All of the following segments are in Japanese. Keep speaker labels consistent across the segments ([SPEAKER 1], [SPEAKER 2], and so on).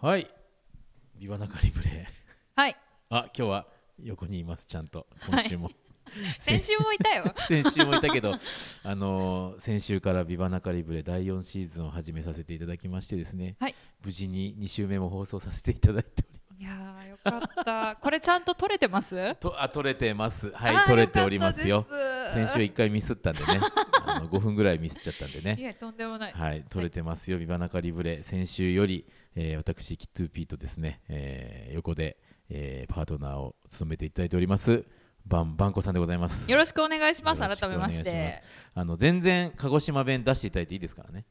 [SPEAKER 1] はいビバナカリブレー
[SPEAKER 2] はい
[SPEAKER 1] あ今日は横にいますちゃんと今週 も、
[SPEAKER 2] 先週もい たよ
[SPEAKER 1] 先週もいたけどあのー先週から「ビバナカリブレ」第4シーズンを始めさせていただきましてですね、
[SPEAKER 2] はい
[SPEAKER 1] 無事に2週目も放送させていただいており
[SPEAKER 2] いやーよかったこれちゃんと撮れてますは
[SPEAKER 1] とあ取れてますはい取れておりますよ先週1回ミスったんでねあの5分ぐらいミスっちゃったんで
[SPEAKER 2] い
[SPEAKER 1] ね
[SPEAKER 2] やとんでもない、
[SPEAKER 1] はい取れてますよ「ビバナカリブレ」先週より、えー私キットゥーピーとですね、えー横で、えーパートナーを務めていただいておりますバンバンコさんでございます
[SPEAKER 2] よろしくお願いします
[SPEAKER 1] よろく
[SPEAKER 2] 改めまし
[SPEAKER 1] お願います
[SPEAKER 2] て
[SPEAKER 1] あの全然鹿児島弁出していただいていいですからね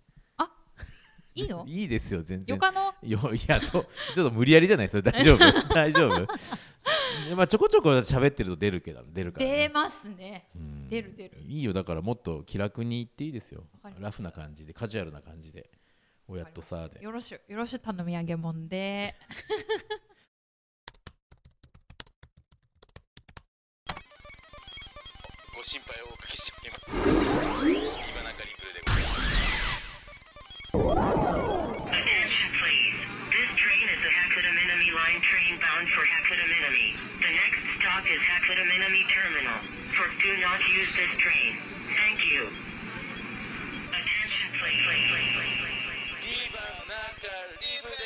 [SPEAKER 2] いいの
[SPEAKER 1] いいですよ全然
[SPEAKER 2] よかの
[SPEAKER 1] よいやそうちょっと無理やりじゃないですよ大丈 夫大丈夫まあちょこちょこ喋ってると出るけど出るから、
[SPEAKER 2] 出
[SPEAKER 1] ね、
[SPEAKER 2] ますね
[SPEAKER 1] うん
[SPEAKER 2] 出る出る
[SPEAKER 1] いいよだからもっと気楽に言っていいですよ
[SPEAKER 2] わかりました
[SPEAKER 1] ラフな感じでカジュアルな感じで親とさーで
[SPEAKER 2] よろしゅよろしゅ頼み上げもんで
[SPEAKER 3] ご心配をおかけしております。今中リブルでございます。
[SPEAKER 4] Attention, please. This train is a Hakuto Minami Line train bound for Hakuto Minami. The next stop is Hakuto Minami Terminal. For do not use this train. Thank you. Attention, please. please, please, please, please.
[SPEAKER 3] リバ中リブレ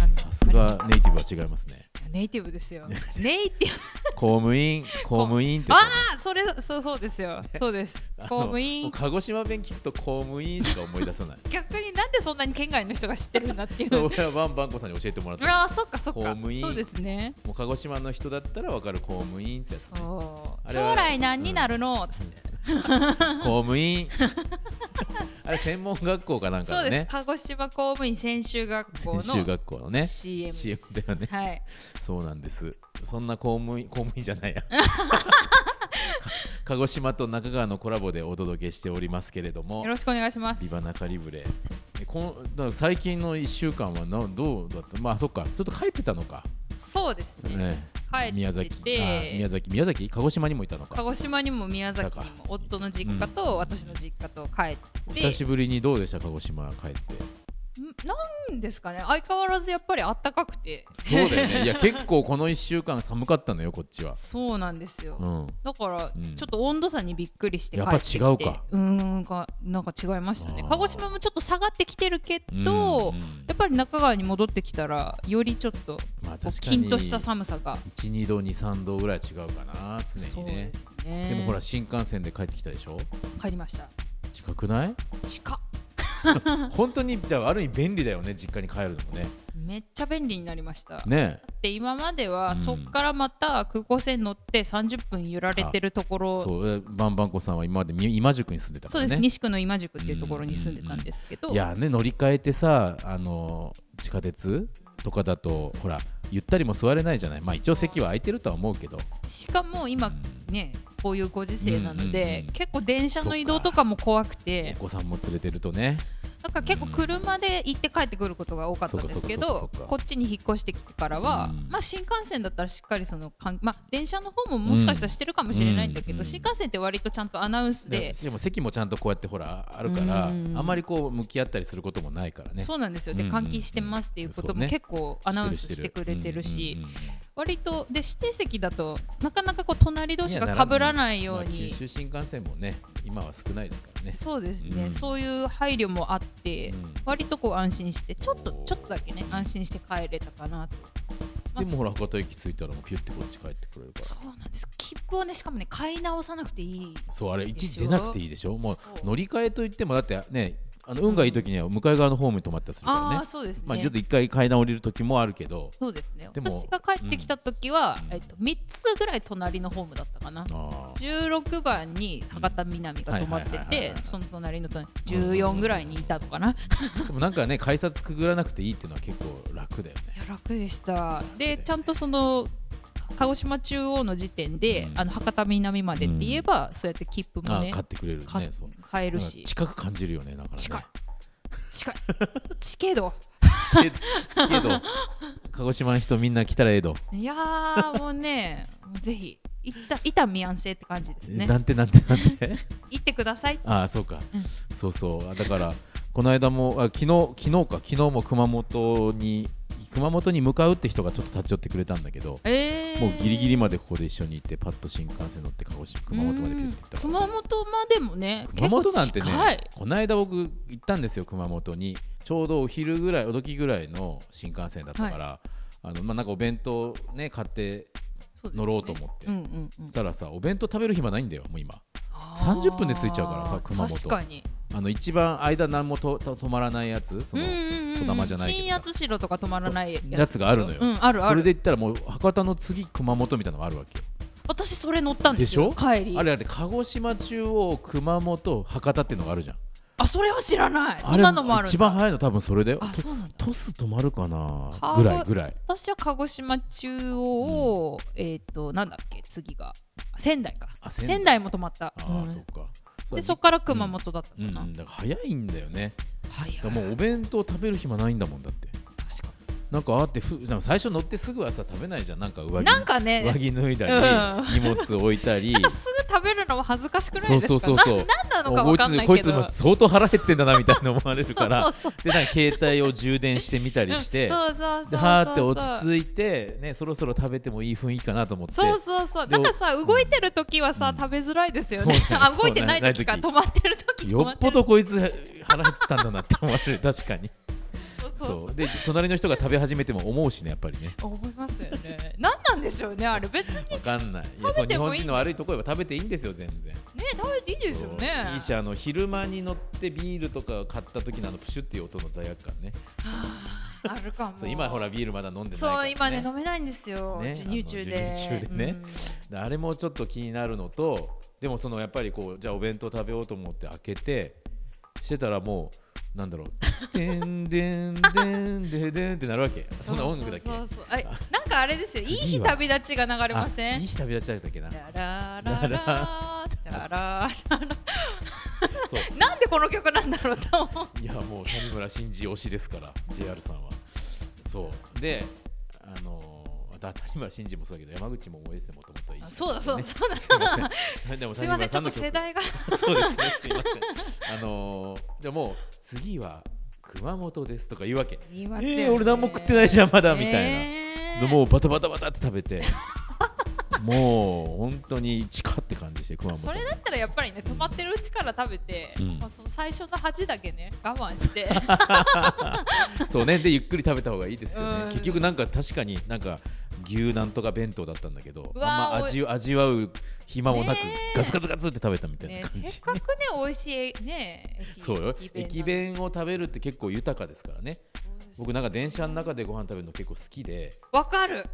[SPEAKER 2] あの
[SPEAKER 1] さすがネイティブは違いますね
[SPEAKER 2] ネイティブですよネイテ ィブ
[SPEAKER 1] 公務 員公務員って
[SPEAKER 2] あ
[SPEAKER 1] 言ってます
[SPEAKER 2] あそれそうそうですよそうです
[SPEAKER 1] あの
[SPEAKER 2] 公務員
[SPEAKER 1] 鹿児島弁聞くと公務員しか思い出さ ない
[SPEAKER 2] 逆になんでそんなに県外の人が知ってるんだっ ていう
[SPEAKER 1] 俺はバンバンコさんに教えてもらった
[SPEAKER 2] あ あそっかそっか
[SPEAKER 1] 公務員
[SPEAKER 2] そうですね
[SPEAKER 1] もう鹿児島の人だったらわかる公務員 ってやつ
[SPEAKER 2] そう
[SPEAKER 1] あれは
[SPEAKER 2] 将来何になるの、つって
[SPEAKER 1] 公務 員あれ専門学校かなんか
[SPEAKER 2] そう
[SPEAKER 1] の
[SPEAKER 2] です、
[SPEAKER 1] ね
[SPEAKER 2] 鹿児島公務員専修学校の
[SPEAKER 1] 専修学校のね
[SPEAKER 2] CM, です
[SPEAKER 1] だよね
[SPEAKER 2] はい、
[SPEAKER 1] そうなんですそんな公務員公務員じゃ ないや鹿児島と中川のコラボでお届けしておりますけれども
[SPEAKER 2] よろしくお願いし
[SPEAKER 1] 「
[SPEAKER 2] ます
[SPEAKER 1] ビバナカリブレ」えこのだから最近の1週間はなどうだったまあそっかそれと帰ってたのか、
[SPEAKER 2] そうですね
[SPEAKER 1] ね、
[SPEAKER 2] 帰ってて
[SPEAKER 1] 宮崎あ宮崎宮崎鹿児島にもいたの
[SPEAKER 2] 鹿
[SPEAKER 1] か
[SPEAKER 2] 児島にも宮崎に
[SPEAKER 1] だ
[SPEAKER 2] も夫の実家と私の実家と帰って、
[SPEAKER 1] 久しぶりにどうでした鹿児島帰って
[SPEAKER 2] んなんですかね相変わらずやっぱりあったかくて
[SPEAKER 1] そうだよねいや結構この1週間寒かったのよこっちは
[SPEAKER 2] そうなんですよ、
[SPEAKER 1] うん
[SPEAKER 2] だから
[SPEAKER 1] うん
[SPEAKER 2] ちょっと温度差にびっくりして帰
[SPEAKER 1] や
[SPEAKER 2] っ
[SPEAKER 1] っぱ
[SPEAKER 2] てきて
[SPEAKER 1] 違うか
[SPEAKER 2] うーんかなんか違いましたね
[SPEAKER 1] あー
[SPEAKER 2] 鹿児島もちょっと下がってきてるけど、
[SPEAKER 1] うんうん
[SPEAKER 2] やっぱり中川に戻ってきたらよりちょっとこう
[SPEAKER 1] まあ確かに
[SPEAKER 2] 凛とした寒さが
[SPEAKER 1] 12度23度ぐらい違うかな常
[SPEAKER 2] そう
[SPEAKER 1] に
[SPEAKER 2] で
[SPEAKER 1] ね
[SPEAKER 2] すね
[SPEAKER 1] でもほら新幹線で帰ってきたでしょ
[SPEAKER 2] 帰りました
[SPEAKER 1] 近くない
[SPEAKER 2] 近っ
[SPEAKER 1] 本当にだからある意味便利だよね実家に帰るのもね
[SPEAKER 2] めっちゃ便利になりました、
[SPEAKER 1] ね
[SPEAKER 2] で今までは、
[SPEAKER 1] うん
[SPEAKER 2] そっからまた空港線乗って30分揺られてるところ
[SPEAKER 1] そうえバンバンコさんは今までみ今宿に住んでたか
[SPEAKER 2] そう
[SPEAKER 1] ら
[SPEAKER 2] です、
[SPEAKER 1] ね
[SPEAKER 2] 西区の今宿っていうところに住んでたんですけど、
[SPEAKER 1] いやね乗り換えてさあの地下鉄とかだとほらゆったりも座れないじゃないまあ一応席は空いてるとは思うけど
[SPEAKER 2] しかも今ねこういうご時世なので、
[SPEAKER 1] うんうんうん
[SPEAKER 2] 結構電車の移動とかも怖くて
[SPEAKER 1] お子さんも連れてるとね
[SPEAKER 2] だから結構車で行って帰ってくることが多かったんですけ
[SPEAKER 1] そうかそ
[SPEAKER 2] ど
[SPEAKER 1] うかそうか
[SPEAKER 2] こっちに引っ越してきてからは、
[SPEAKER 1] うん
[SPEAKER 2] まあ、新幹線だったらしっかりそのかん、まあ、電車の方ももしかしたらしてるかもしれないんだけど、
[SPEAKER 1] うんうん
[SPEAKER 2] 新幹線って割とちゃんとアナウンスで
[SPEAKER 1] で。しかも席もちゃんとこうやってほらあるからあ
[SPEAKER 2] うん
[SPEAKER 1] まりこう向き合ったりすることもないからね
[SPEAKER 2] そうなんですよ
[SPEAKER 1] う
[SPEAKER 2] で
[SPEAKER 1] んうんうん
[SPEAKER 2] 換気してますっていうこと
[SPEAKER 1] そうね
[SPEAKER 2] も結構アナウンスしてくれてる
[SPEAKER 1] うん
[SPEAKER 2] し
[SPEAKER 1] うんうん
[SPEAKER 2] 割とで指定席だとなかなかこう隣同士が被らないよう
[SPEAKER 1] まあ
[SPEAKER 2] に
[SPEAKER 1] 九州新幹線もね今は少ないですからね
[SPEAKER 2] そうですね、
[SPEAKER 1] うん
[SPEAKER 2] そういう配慮もあって、
[SPEAKER 1] うん
[SPEAKER 2] 割とこう安心してちょっと
[SPEAKER 1] おー
[SPEAKER 2] ちょっとだけね安心して帰れたかなと、まあ
[SPEAKER 1] でもほら博多駅着いたらもうピュってこっち帰ってくれるから
[SPEAKER 2] そうなんです切符をねしかもね買い直さなくていい
[SPEAKER 1] そうあれ一時
[SPEAKER 2] で
[SPEAKER 1] 出
[SPEAKER 2] しょ
[SPEAKER 1] なくていいでしょもう
[SPEAKER 2] そう
[SPEAKER 1] 乗り換えといってもだってねあの運がいい時には向かい側のホームに止まったりするからね
[SPEAKER 2] ああそうですね、
[SPEAKER 1] まあちょっと一回階段降りる時もあるけど
[SPEAKER 2] そうですね
[SPEAKER 1] でも
[SPEAKER 2] 私が帰ってきた時は、
[SPEAKER 1] うん
[SPEAKER 2] えっと、3つぐらい隣のホームだったかな
[SPEAKER 1] あー
[SPEAKER 2] 16番に博多南が止まって
[SPEAKER 1] はいはいはいはい
[SPEAKER 2] て
[SPEAKER 1] はい
[SPEAKER 2] その隣の隣14ぐらいにいたのかな、
[SPEAKER 1] でもなんかね改札くぐらなくていいっていうのは結構楽だよね
[SPEAKER 2] いや楽でしたでちゃんとそのか鹿児島中央の時点で、
[SPEAKER 1] うん
[SPEAKER 2] あの博多南までって言えば、そうやって切符も
[SPEAKER 1] あ
[SPEAKER 2] ね
[SPEAKER 1] ー買ってくれるね
[SPEAKER 2] か
[SPEAKER 1] そう
[SPEAKER 2] 買える
[SPEAKER 1] なんか
[SPEAKER 2] し
[SPEAKER 1] 近く感じるよねだからね
[SPEAKER 2] 近い近い近いけど
[SPEAKER 1] けけ ど鹿児島の人みんな来たらええど、
[SPEAKER 2] いやーもうねもうぜひ行った伊丹安静って感じですね
[SPEAKER 1] なんてなんてなんて
[SPEAKER 2] 行ってください
[SPEAKER 1] ああそうか、そうそうあだからこの間もあ昨日昨日か昨日も熊本に熊本に向かうって人がちょっと立ち寄ってくれたんだけど
[SPEAKER 2] えー、
[SPEAKER 1] もうギリギリまでここで一緒に行ってパッと新幹線乗って鹿児島熊本までピュッて行った
[SPEAKER 2] うん熊本までもね
[SPEAKER 1] 熊本なんて
[SPEAKER 2] 結構近い
[SPEAKER 1] ねこの間僕行ったんですよ熊本にちょうどお昼ぐらいお時ぐらいの新幹線だったから、あのまあ、なんかお弁当ね買って
[SPEAKER 2] そうですね
[SPEAKER 1] 乗ろうと思って
[SPEAKER 2] うんうんうん
[SPEAKER 1] そしたらさお弁当食べる暇ないんだよもう今
[SPEAKER 2] あー
[SPEAKER 1] 30分で着いちゃうから熊本
[SPEAKER 2] 確かに
[SPEAKER 1] あの一番間何もとと止まらないやつその
[SPEAKER 2] うん
[SPEAKER 1] こだまじゃないけどさ
[SPEAKER 2] 新八代とか止まらないやつでしょ
[SPEAKER 1] やつがあるのよ、
[SPEAKER 2] うん、あるあ
[SPEAKER 1] それ
[SPEAKER 2] る
[SPEAKER 1] で言ったらもう博多の次熊本みたいなのがあるわけよ
[SPEAKER 2] 私それ乗ったんですよ
[SPEAKER 1] でしょ
[SPEAKER 2] 帰り
[SPEAKER 1] あれだって鹿児島中央熊本博多っていうのがあるじゃん
[SPEAKER 2] あそれは知らないそんなのもあるん
[SPEAKER 1] れ
[SPEAKER 2] だ
[SPEAKER 1] 一番早いの多分それだよ
[SPEAKER 2] あ
[SPEAKER 1] と
[SPEAKER 2] そうなんだ
[SPEAKER 1] トス止まるかな
[SPEAKER 2] か
[SPEAKER 1] ぐらいぐらい
[SPEAKER 2] 私は鹿児島中央を、えっ、となんだっけ次があ仙台か
[SPEAKER 1] あ仙
[SPEAKER 2] 仙
[SPEAKER 1] 台
[SPEAKER 2] 台も止まった
[SPEAKER 1] ああ、
[SPEAKER 2] うん
[SPEAKER 1] そっか
[SPEAKER 2] でそっ
[SPEAKER 1] っ
[SPEAKER 2] から熊本だった
[SPEAKER 1] うん
[SPEAKER 2] か
[SPEAKER 1] う
[SPEAKER 2] な、
[SPEAKER 1] ん、だから早いんだよね
[SPEAKER 2] 早い
[SPEAKER 1] だからもうお弁当食べる暇ないんだもんだって
[SPEAKER 2] 確か
[SPEAKER 1] なんかああってふなんか最初乗ってすぐはさ食べないじゃんなんか上
[SPEAKER 2] に
[SPEAKER 1] 着
[SPEAKER 2] なんかね
[SPEAKER 1] 上着脱いだり、
[SPEAKER 2] う
[SPEAKER 1] 荷物置いたり
[SPEAKER 2] なんかすぐ食べるのは恥ずかしくない
[SPEAKER 1] そう
[SPEAKER 2] ですか
[SPEAKER 1] そうそうそう
[SPEAKER 2] ななんなのかわかんないけど
[SPEAKER 1] こいつこいつ今相当腹減ってんだなみたいな思われる からでなんか携帯を充電してみたりして
[SPEAKER 2] そうそうそうそう
[SPEAKER 1] ではーって落ち着いて、ね、そろそろ食べてもいい雰囲気かなと思って
[SPEAKER 2] そうそうそう
[SPEAKER 1] で
[SPEAKER 2] なんかさ動いてる時はさ、
[SPEAKER 1] うん
[SPEAKER 2] 食べづらいですよね
[SPEAKER 1] そうなんで
[SPEAKER 2] あ
[SPEAKER 1] す
[SPEAKER 2] 動いてない時か
[SPEAKER 1] そ
[SPEAKER 2] 止まってる時止
[SPEAKER 1] よ
[SPEAKER 2] ま
[SPEAKER 1] ってぽ
[SPEAKER 2] る
[SPEAKER 1] どこいつ腹減ってたんだなって思わ れる確かに
[SPEAKER 2] そうそうそう
[SPEAKER 1] そうで隣の人が食べ始めても思うしねやっぱりね
[SPEAKER 2] 思いますよね何なんでしょうねあれ別にね
[SPEAKER 1] わかんないいやそう
[SPEAKER 2] 食べ
[SPEAKER 1] 日
[SPEAKER 2] て
[SPEAKER 1] 本
[SPEAKER 2] もいい
[SPEAKER 1] 人の悪いところは食べていいんですよ全然
[SPEAKER 2] 食べていいですよね
[SPEAKER 1] そういいしあの昼間に乗ってビールとかを買った時のあのプシュっていう音の罪悪感ね
[SPEAKER 2] あるかも
[SPEAKER 1] そう今ほらビールまだ飲んでないから、
[SPEAKER 2] そう
[SPEAKER 1] ね、
[SPEAKER 2] 今ね飲めないんですよ、
[SPEAKER 1] ね
[SPEAKER 2] 授乳中
[SPEAKER 1] あ
[SPEAKER 2] で
[SPEAKER 1] の授乳中でねであれもちょっと気になるのとでもそのやっぱりこうじゃあお弁当食べようと思って開けてしてたらもうなんだろう「でんでんでんでんでん」ってなるわけそんな音楽だっけ
[SPEAKER 2] そうそうそうあなんかあれですよいい
[SPEAKER 1] 次
[SPEAKER 2] 日
[SPEAKER 1] は
[SPEAKER 2] 旅立ちが流れませ
[SPEAKER 1] あいい
[SPEAKER 2] ん
[SPEAKER 1] 日旅立ちだったっけな
[SPEAKER 2] ラララララララ
[SPEAKER 1] そう
[SPEAKER 2] なんでこの曲なんだろうと思う
[SPEAKER 1] いやもう谷村新司推しですから JR さんはそうであのーだ谷村新司もそうだけど山口も思いですねもともと
[SPEAKER 2] あそうだそうだそうだ
[SPEAKER 1] すいませんたでも
[SPEAKER 2] す
[SPEAKER 1] 谷
[SPEAKER 2] い
[SPEAKER 1] 村
[SPEAKER 2] ませんち
[SPEAKER 1] さ
[SPEAKER 2] ょ
[SPEAKER 1] ん
[SPEAKER 2] っ
[SPEAKER 1] の
[SPEAKER 2] と
[SPEAKER 1] 曲
[SPEAKER 2] 世代が
[SPEAKER 1] そうですねすいませんあのーじゃあもう次は熊本ですとか言うわけ
[SPEAKER 2] 言いますよね
[SPEAKER 1] えー、俺何も食ってないじゃんまだみたいな、
[SPEAKER 2] ねえ
[SPEAKER 1] でもうバタバタバタって食べて もう本当に地下って感じして熊本
[SPEAKER 2] それだったらやっぱりね止まってるうちから食べて、
[SPEAKER 1] うん
[SPEAKER 2] まあ、その最初の恥だけね我 慢して
[SPEAKER 1] そうねでゆっくり食べた方がいいですよね、
[SPEAKER 2] うん
[SPEAKER 1] 結局なんか確かになんか牛なんとか弁当だったんだけどあん
[SPEAKER 2] うわー
[SPEAKER 1] ま味味わう暇もなく
[SPEAKER 2] ねえ
[SPEAKER 1] ガツガツガツって食べたみたい
[SPEAKER 2] ね
[SPEAKER 1] な感じ、
[SPEAKER 2] せっかくね美味しいね駅
[SPEAKER 1] そうよ
[SPEAKER 2] 駅弁
[SPEAKER 1] 駅
[SPEAKER 2] なんて
[SPEAKER 1] 弁を食べるって結構豊かですからね僕なんか電車の中でご飯食べるの結構好きで
[SPEAKER 2] わかる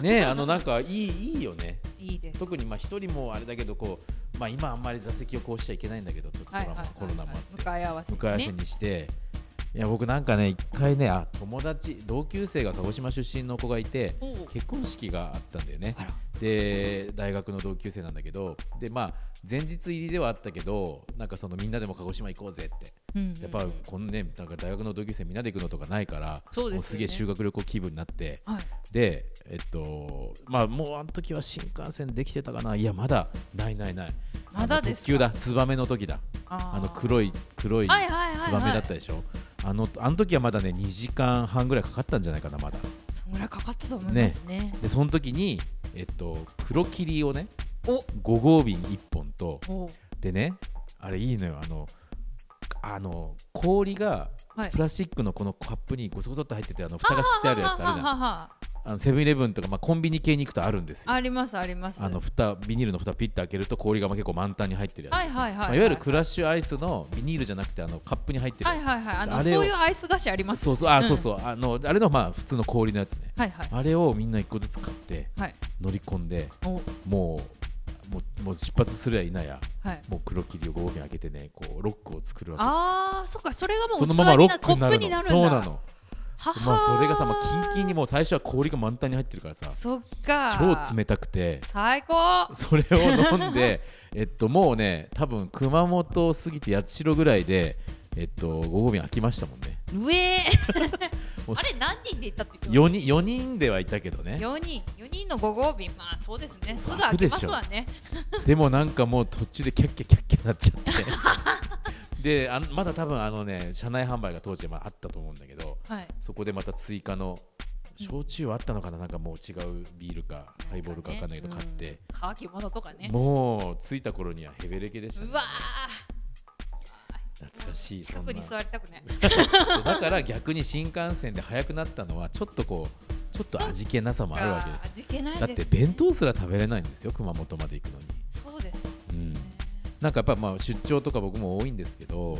[SPEAKER 1] ねえあのなんかいいいいよね
[SPEAKER 2] いいです
[SPEAKER 1] 特にまあ一人もあれだけどこう、まあ、今あんまり座席をこうしちゃいけないんだけどちょっとコロ
[SPEAKER 2] はい
[SPEAKER 1] ナ
[SPEAKER 2] は
[SPEAKER 1] も,、
[SPEAKER 2] いはい
[SPEAKER 1] コロナもあって
[SPEAKER 2] 向かい合わせ
[SPEAKER 1] 向かい合わ
[SPEAKER 2] に
[SPEAKER 1] せ
[SPEAKER 2] ね
[SPEAKER 1] にして、いや僕なんかね一回ねあ友達同級生が鹿児島出身の子がいて
[SPEAKER 2] おう
[SPEAKER 1] 結婚式があったんだよね
[SPEAKER 2] あら
[SPEAKER 1] で大学の同級生なんだけどでまあ前日入りではあったけどなんかそのみんなでも鹿児島行こうぜって
[SPEAKER 2] うんうん
[SPEAKER 1] やっぱこのねなんか大学の同級生みんなで行くのとかないから
[SPEAKER 2] そうです
[SPEAKER 1] も
[SPEAKER 2] よね
[SPEAKER 1] げえ修学旅行気分になって
[SPEAKER 2] はい
[SPEAKER 1] でえっとまあもうあの時は新幹線できてたかないやまだないないない
[SPEAKER 2] まだ
[SPEAKER 1] あの
[SPEAKER 2] です
[SPEAKER 1] 特
[SPEAKER 2] か
[SPEAKER 1] 急だツバメの時だ
[SPEAKER 2] あ
[SPEAKER 1] あの黒い黒いツ
[SPEAKER 2] はいはいはいはい
[SPEAKER 1] バメだったでしょあのあの時はまだね2時間半ぐらいかかったんじゃないかなまだ
[SPEAKER 2] そんぐらいかかったと思いますね
[SPEAKER 1] でその時にえっと黒霧をね
[SPEAKER 2] お
[SPEAKER 1] 5号便1本と
[SPEAKER 2] お
[SPEAKER 1] でねあれいいのよあのあの氷が
[SPEAKER 2] はい
[SPEAKER 1] プラスチックのこのカップにごそごそっと入っててあの蓋がしてあるやつあるじゃん
[SPEAKER 2] ん
[SPEAKER 1] あのセブンイレブンとか、まあ、コンビニ系に行くとあるんですよ
[SPEAKER 2] ありますあります
[SPEAKER 1] あの蓋ビニールの蓋ピッて開けると氷がまあ結構満タンに入ってるやつ、
[SPEAKER 2] はいはいはい
[SPEAKER 1] まあ、いわゆるクラッシュアイスのビニールじゃなくてあのカップに入ってる
[SPEAKER 2] は
[SPEAKER 1] や
[SPEAKER 2] い
[SPEAKER 1] つ、
[SPEAKER 2] はいはいあの
[SPEAKER 1] あれを
[SPEAKER 2] そういうアイス菓子あります
[SPEAKER 1] そう
[SPEAKER 2] よ
[SPEAKER 1] そうあ、
[SPEAKER 2] ん
[SPEAKER 1] そうそうあのあれのまあ普通の氷のやつね
[SPEAKER 2] はいはい
[SPEAKER 1] あれをみんな一個ずつ買って
[SPEAKER 2] はい
[SPEAKER 1] 乗り込んで
[SPEAKER 2] お
[SPEAKER 1] もうもうもう出発するやいなや
[SPEAKER 2] はい
[SPEAKER 1] もう黒霧を5分開けてねこうロックを作るわけです
[SPEAKER 2] あーそっかそれがも
[SPEAKER 1] そう
[SPEAKER 2] 器
[SPEAKER 1] の
[SPEAKER 2] に
[SPEAKER 1] まま
[SPEAKER 2] な
[SPEAKER 1] ロ
[SPEAKER 2] る
[SPEAKER 1] ッ
[SPEAKER 2] コ
[SPEAKER 1] クにな
[SPEAKER 2] ッ
[SPEAKER 1] る
[SPEAKER 2] プ
[SPEAKER 1] の
[SPEAKER 2] になる
[SPEAKER 1] そう
[SPEAKER 2] んだ
[SPEAKER 1] なの
[SPEAKER 2] ははー
[SPEAKER 1] まあそれがさ、まあ、キンキンにもう最初は氷が満タンに入ってるからさ
[SPEAKER 2] そっか
[SPEAKER 1] 超冷たくて
[SPEAKER 2] 最高
[SPEAKER 1] それ を飲んでえっともうね多分熊本を過ぎて八代ぐらいでえっと午後便空きました もんね
[SPEAKER 2] うえ
[SPEAKER 1] もう
[SPEAKER 2] ーあれ何人で行ったって言っ
[SPEAKER 1] 4人四人ではいたけどね
[SPEAKER 2] 4人4人のご褒美まあそうですねすぐ開けますわね
[SPEAKER 1] でもなんかもう途中でキャッキャキャッキャなっちゃって であのまだ多分あのね車内販売が当時まああったと思うんだけど
[SPEAKER 2] はい
[SPEAKER 1] そこでまた追加の焼酎はあったのかななんかもう違うビールかハイボールかわかんないけど買って、
[SPEAKER 2] うん乾き物とかね
[SPEAKER 1] もう着いた頃にはヘベレケでした、ね
[SPEAKER 2] う、わ
[SPEAKER 1] 懐かし
[SPEAKER 2] ー
[SPEAKER 1] い
[SPEAKER 2] 近くに座
[SPEAKER 1] る
[SPEAKER 2] りたく ない
[SPEAKER 1] だから逆に新幹線で早くなったのはちょっとこうちょっと味気なさもあるわけです
[SPEAKER 2] 味気ない
[SPEAKER 1] だっ
[SPEAKER 2] で
[SPEAKER 1] て
[SPEAKER 2] す
[SPEAKER 1] 弁当すら食べれないんですよ熊本まで行くのに、
[SPEAKER 2] そうです
[SPEAKER 1] うん、なんかやっぱまあ出張とか僕も多いんですけど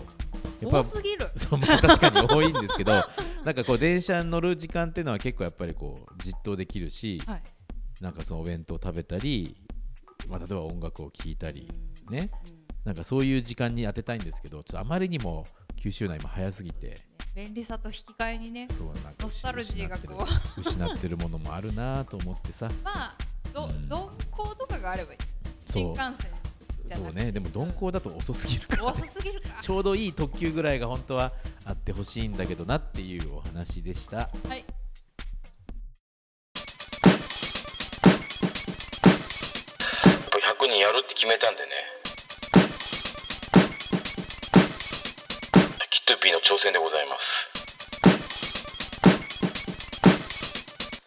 [SPEAKER 1] やっぱ
[SPEAKER 2] 多すぎる
[SPEAKER 1] そうまあ確かに多いんですけど なんかこう電車に乗る時間っていうのは結構やっぱりこうじっとできるし、
[SPEAKER 2] はい
[SPEAKER 1] なんかそのお弁当食べたり、まあ、例えば音楽を聴いたりねなんかそういう時間に当てたいんですけどちょっとあまりにも九州内も早すぎて
[SPEAKER 2] 便利さと引き換えにね
[SPEAKER 1] そうなんか
[SPEAKER 2] ノスタルジーがこ
[SPEAKER 1] う失ってる失ってるものもあるなと思ってさ
[SPEAKER 2] まあど
[SPEAKER 1] うん
[SPEAKER 2] 鈍行とかがあればいいです
[SPEAKER 1] そう
[SPEAKER 2] 新幹線じゃな
[SPEAKER 1] そう
[SPEAKER 2] くて
[SPEAKER 1] ねでも鈍行だと遅すぎるから、
[SPEAKER 2] 遅すぎるか
[SPEAKER 1] ちょうどいい特急ぐらいが本当はあってほしいんだけどなっていうお話でした。
[SPEAKER 2] はい
[SPEAKER 3] 100人やるって決めたんでねキットピーの挑戦でございます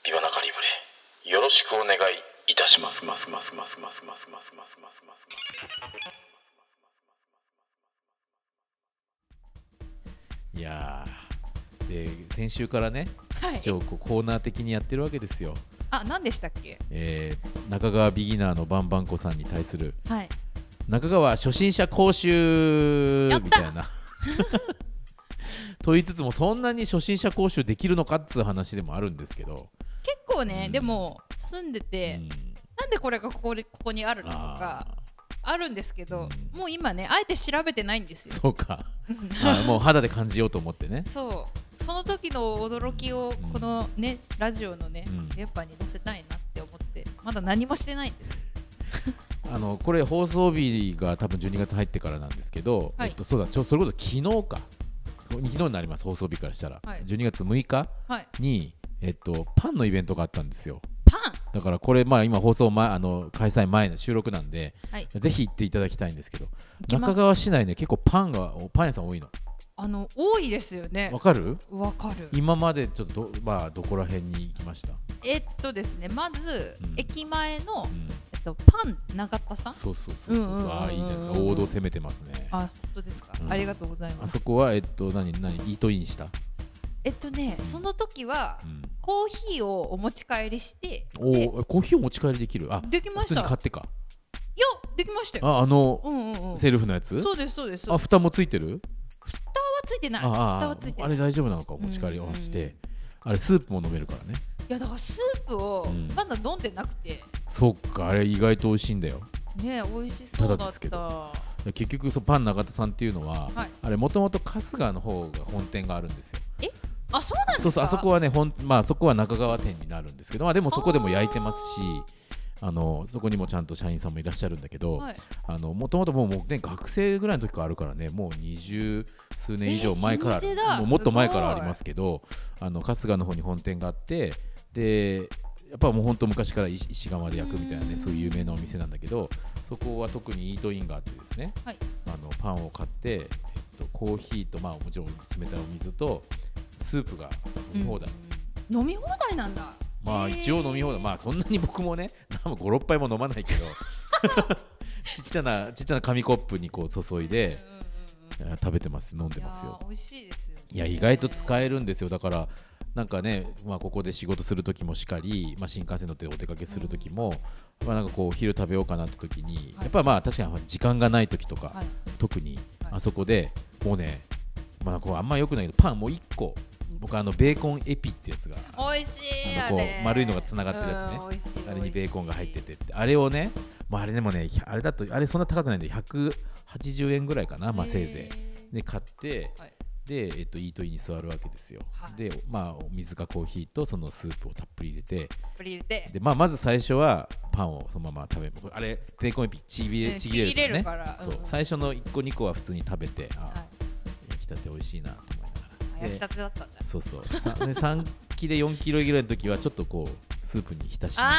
[SPEAKER 3] ビバナカリブレよろしくお願いいたしますますますますますますますますますます
[SPEAKER 1] いやーで先週からね
[SPEAKER 2] はい
[SPEAKER 1] 一応こうコーナー的にやってるわけですよ、
[SPEAKER 2] あ何でしたっけ
[SPEAKER 1] えー中川ビギナーのバンバンコさんに対する
[SPEAKER 2] はい
[SPEAKER 1] 中川初心者講習
[SPEAKER 2] やった
[SPEAKER 1] みたいな と言いつつもそんなに初心者講習できるのかっつう話でもあるんですけど、
[SPEAKER 2] 結構ね、
[SPEAKER 1] うん
[SPEAKER 2] でも住んで
[SPEAKER 1] う
[SPEAKER 2] て、
[SPEAKER 1] ん、
[SPEAKER 2] なんでこれがここでここにあるのとか
[SPEAKER 1] あ
[SPEAKER 2] あるんですけど、
[SPEAKER 1] うん
[SPEAKER 2] もう今ねあえて調べてないんです
[SPEAKER 1] ー
[SPEAKER 2] よ
[SPEAKER 1] そうかあーもう肌で感じようと思ってね
[SPEAKER 2] そうその時の驚きを
[SPEAKER 1] うん
[SPEAKER 2] このね、ラジオのね、
[SPEAKER 1] うん
[SPEAKER 2] 電波に乗せたいなって思ってまだ何もしてないんです
[SPEAKER 1] あのこれ放送日が多分12月入ってからなんですけど、
[SPEAKER 2] はい
[SPEAKER 1] えっと、そうだちょそれこそ昨日か昨日になります放送日からしたら、
[SPEAKER 2] はい
[SPEAKER 1] 12月6日
[SPEAKER 2] はい
[SPEAKER 1] に、えっと、パンのイベントがあったんですよ
[SPEAKER 2] パン
[SPEAKER 1] だからこれまあ今放送前あの開催前の収録なんで
[SPEAKER 2] はい
[SPEAKER 1] ぜひ行っていただきたいんですけど
[SPEAKER 2] きます
[SPEAKER 1] 中川市内ね結構パンがパン屋さん多いの
[SPEAKER 2] あの多いですよね
[SPEAKER 1] わかる
[SPEAKER 2] わかる
[SPEAKER 1] 今までちょっとど,、まあ、どこら辺に行きました、
[SPEAKER 2] えっとですねまず、
[SPEAKER 1] うん
[SPEAKER 2] 駅前の
[SPEAKER 1] う、ん、
[SPEAKER 2] えっと、パン永田さん
[SPEAKER 1] そうそうそうそう,、
[SPEAKER 2] うんうんうんうん
[SPEAKER 1] ああいいじゃないですか王道攻めてますね
[SPEAKER 2] あ本当ですか、
[SPEAKER 1] うん
[SPEAKER 2] ありがとうござい
[SPEAKER 1] あ
[SPEAKER 2] ます
[SPEAKER 1] そこはえっと何何イートインした、
[SPEAKER 2] えっとねその時は、
[SPEAKER 1] うん
[SPEAKER 2] コーヒーをお持ち帰りして
[SPEAKER 1] お
[SPEAKER 2] で
[SPEAKER 1] おコーヒーを持ち帰りできるあ
[SPEAKER 2] できま
[SPEAKER 1] 普
[SPEAKER 2] し
[SPEAKER 1] 通に
[SPEAKER 2] た
[SPEAKER 1] 買ってか
[SPEAKER 2] いやできましたよ
[SPEAKER 1] ああの、
[SPEAKER 2] うんうんうん
[SPEAKER 1] セルフのやつ
[SPEAKER 2] そうですそうです
[SPEAKER 1] あ
[SPEAKER 2] 蓋は
[SPEAKER 1] 蓋もついてる
[SPEAKER 2] ついてない
[SPEAKER 1] ああ
[SPEAKER 2] 蓋
[SPEAKER 1] あ
[SPEAKER 2] はついて
[SPEAKER 1] あ
[SPEAKER 2] ない
[SPEAKER 1] れ
[SPEAKER 2] い
[SPEAKER 1] 大丈夫なのかお持ち帰り
[SPEAKER 2] うんうん
[SPEAKER 1] をしてあれスープも飲めるからね
[SPEAKER 2] やだからスープを
[SPEAKER 1] うん
[SPEAKER 2] まだ飲んでなくて
[SPEAKER 1] そっかあれ意外と美味しいんだよ
[SPEAKER 2] ね美味しそう
[SPEAKER 1] た
[SPEAKER 2] だ
[SPEAKER 1] だ
[SPEAKER 2] っ
[SPEAKER 1] ですけ
[SPEAKER 2] たは
[SPEAKER 1] 結局そうパン中田さんっていうのは、
[SPEAKER 2] はい
[SPEAKER 1] あれもともと春日の方が本店があるんですよ
[SPEAKER 2] えあそうなんですか
[SPEAKER 1] そうそうあそこはねほん、まあ、そこは中川店になるんですけど、まあ、でもそこでも焼いてますしあのそこにもちゃんと社員さんもいらっしゃるんだけど、
[SPEAKER 2] はい
[SPEAKER 1] あのもともともうもうね学生ぐらいの時からあるからねもう二十数年以上前からある、
[SPEAKER 2] えー老舗だ
[SPEAKER 1] もうもっと前
[SPEAKER 2] すご
[SPEAKER 1] か
[SPEAKER 2] い
[SPEAKER 1] らありますけどあの春日の方に本店があってでやっぱもう本当昔から石石窯で焼くみたいな
[SPEAKER 2] う
[SPEAKER 1] ね
[SPEAKER 2] ん
[SPEAKER 1] そういう有名なお店なんだけどそこは特にイートインがあってですね
[SPEAKER 2] はい
[SPEAKER 1] あのパンを買って、えっと、コーヒーと、まあ、もちろん冷たいお水とスープが飲み放題、
[SPEAKER 2] うん飲み放題なんだ
[SPEAKER 1] まあ
[SPEAKER 2] へー
[SPEAKER 1] 一応飲み放題まあそんなに僕もね56杯 も飲まないけど ちっちゃなちっちゃな紙コップにこう注いで
[SPEAKER 2] うんうんうん
[SPEAKER 1] あ食べてます飲ん
[SPEAKER 2] い
[SPEAKER 1] で
[SPEAKER 2] や
[SPEAKER 1] ますよ
[SPEAKER 2] ー美味しいですよね
[SPEAKER 1] いや意外と
[SPEAKER 2] え
[SPEAKER 1] 使えるんですよだからなんかね、まあ、ここで仕事する時もしかり、まあ、新幹線乗ってお出かけする時も、まあ、なんかこうお昼食べようかなって時に、
[SPEAKER 2] はい
[SPEAKER 1] やっぱまあ確かに時間がない時とか、
[SPEAKER 2] はい
[SPEAKER 1] 特に
[SPEAKER 2] はい
[SPEAKER 1] あそこでもうね、まあ、こうあんまよくないけどパンもう1個僕あのベーコンエピってやつが
[SPEAKER 2] 美味しい
[SPEAKER 1] あ
[SPEAKER 2] あ
[SPEAKER 1] のこう
[SPEAKER 2] れ
[SPEAKER 1] 丸いのが繋がってるやつね
[SPEAKER 2] うん美味しい
[SPEAKER 1] あれにベーコンが入って
[SPEAKER 2] 美味して
[SPEAKER 1] ってあれをね、まあ、あれでもねひあれだとあれそんな高くないんで180円ぐらいかな、まあ、
[SPEAKER 2] へー
[SPEAKER 1] せいぜいで買って、
[SPEAKER 2] はい
[SPEAKER 1] で、えっと、イートインに座るわけですよ、
[SPEAKER 2] はい
[SPEAKER 1] でまあお水かコーヒーとそのスープをたっぷり入れて
[SPEAKER 2] いこれ入れて
[SPEAKER 1] で、まあ、まず最初はパンをそのまま食べあれベーコンエピちぎ
[SPEAKER 2] う
[SPEAKER 1] れ
[SPEAKER 2] ん
[SPEAKER 1] ちぎれるからね
[SPEAKER 2] ちぎれるから
[SPEAKER 1] そう
[SPEAKER 2] うん
[SPEAKER 1] 最初の1個2個は普通に食べてあ、
[SPEAKER 2] はい
[SPEAKER 1] 一きたて美味しいなと思いながら
[SPEAKER 2] 焼
[SPEAKER 1] で
[SPEAKER 2] きたてだったんだ
[SPEAKER 1] そうそうさで3切れ4キロぐらいの時はちょっとこうスープに浸しながら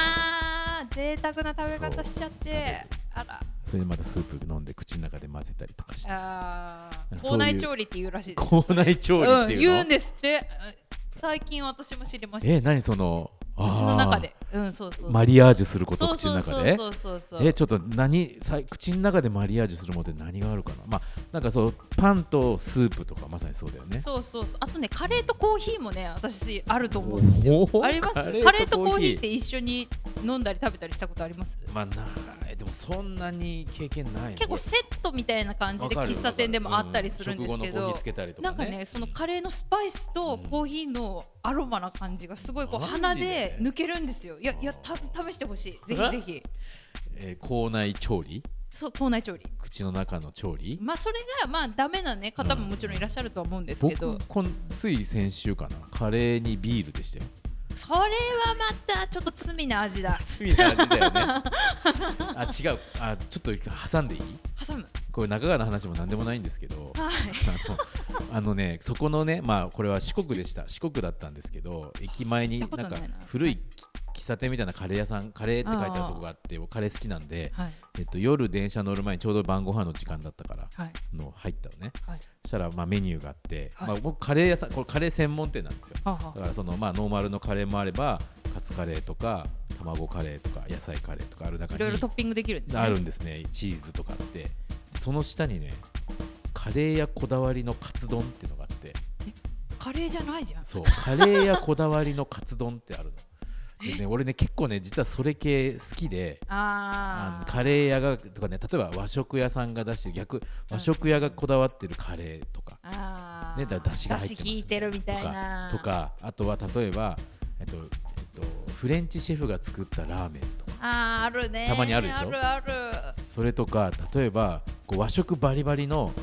[SPEAKER 2] あー贅沢な食べ方しちゃってあら
[SPEAKER 1] それでまたスープ飲んで口の中で混ぜたりとかして
[SPEAKER 2] あ
[SPEAKER 1] なん
[SPEAKER 2] ー
[SPEAKER 1] かそういう
[SPEAKER 2] 口内調理っていうらしいです
[SPEAKER 1] 口内調理って
[SPEAKER 2] うん、
[SPEAKER 1] いうの、
[SPEAKER 2] 言うんですって最近私も知りました
[SPEAKER 1] え何そのあー
[SPEAKER 2] 口の中でうんそうそう
[SPEAKER 1] マリアージュすること
[SPEAKER 2] そ
[SPEAKER 1] を
[SPEAKER 2] う
[SPEAKER 1] 口の
[SPEAKER 2] そ
[SPEAKER 1] 中
[SPEAKER 2] うそう
[SPEAKER 1] で
[SPEAKER 2] そうそうそう
[SPEAKER 1] えちょっと何さ口の中でマリアージュするものって何があるかなまあなんかそうパンとスープとかまさにそうだよね
[SPEAKER 2] そうそうそうあとねカレーとコーヒーもね私あると思うんですよ
[SPEAKER 1] おー
[SPEAKER 2] ありますカレーとコーヒーって一緒に飲んだり食べたりしたことあります
[SPEAKER 1] まあないでもそんなに経験ないな
[SPEAKER 2] 結構セットみたいな感じで
[SPEAKER 1] わかる
[SPEAKER 2] 喫茶店でもあったりするんですけ
[SPEAKER 1] うん食後のコー
[SPEAKER 2] ど
[SPEAKER 1] ヒーつけたりとか
[SPEAKER 2] なん
[SPEAKER 1] ね
[SPEAKER 2] かねそのカレーのスパイスとコーヒーのアロマな感じがすごいこう
[SPEAKER 1] マジで
[SPEAKER 2] 鼻で抜けるんですよいやいやた試してほしいぜひぜひ
[SPEAKER 1] えー口内調理
[SPEAKER 2] そう口内調理
[SPEAKER 1] 口の中の調理
[SPEAKER 2] まあそれがまあダメなね方ももちろんいらっしゃるとは思うんですけど、
[SPEAKER 1] 僕こんつい先週かなカレーにビールでしたよ
[SPEAKER 2] それはまたちょっと罪な 味だ
[SPEAKER 1] 罪な味だよねあ違うあちょっと挟んでいい
[SPEAKER 2] 挟む
[SPEAKER 1] これ中川の話も何でもないんですけど
[SPEAKER 2] はい
[SPEAKER 1] あのあのねそこのねまあこれは四国でした四国だったんですけど駅前に
[SPEAKER 2] 行
[SPEAKER 1] な
[SPEAKER 2] ったこと
[SPEAKER 1] んか
[SPEAKER 2] ないな
[SPEAKER 1] 古いき喫茶店みたいなカレー屋さんカレーって書いてあるとこがあってカレー好きなんで、
[SPEAKER 2] はい
[SPEAKER 1] えっと、夜電車乗る前にちょうど晩ご飯の時間だったから、
[SPEAKER 2] はい
[SPEAKER 1] の入ったのね
[SPEAKER 2] はい
[SPEAKER 1] そしたらまあメニューがあって、
[SPEAKER 2] はい
[SPEAKER 1] まあ、僕カレー屋さんこれカレー専門店なんですよ
[SPEAKER 2] はあは
[SPEAKER 1] だからそのまあノーマルのカレーもあればカツカレーとか卵カレーとか野菜カレーとかある中に
[SPEAKER 2] あいろいろトッピングできるんですね
[SPEAKER 1] あるんですねチーズとかあってその下にねカレー屋こだわりのカツ丼っていうのがあって
[SPEAKER 2] カレーじゃないじゃん
[SPEAKER 1] そうカレー屋こだわりのカツ丼ってあるので、ね、俺ね結構ね実はそれ系好きであ
[SPEAKER 2] あ
[SPEAKER 1] のカレー
[SPEAKER 2] レ
[SPEAKER 1] 屋がとかね例えば和食屋さんが出してる逆和食屋がこだわってるカレーとか、
[SPEAKER 2] あー
[SPEAKER 1] ね、だだしが入って
[SPEAKER 2] だし効いてるみたいな
[SPEAKER 1] とかとかあとは例えば、えっとえっと、フレンチシェフが作ったラーメンとか
[SPEAKER 2] あーあるね
[SPEAKER 1] たまにあるでしょ
[SPEAKER 2] あるある
[SPEAKER 1] それとか例えばこう和食バリバリの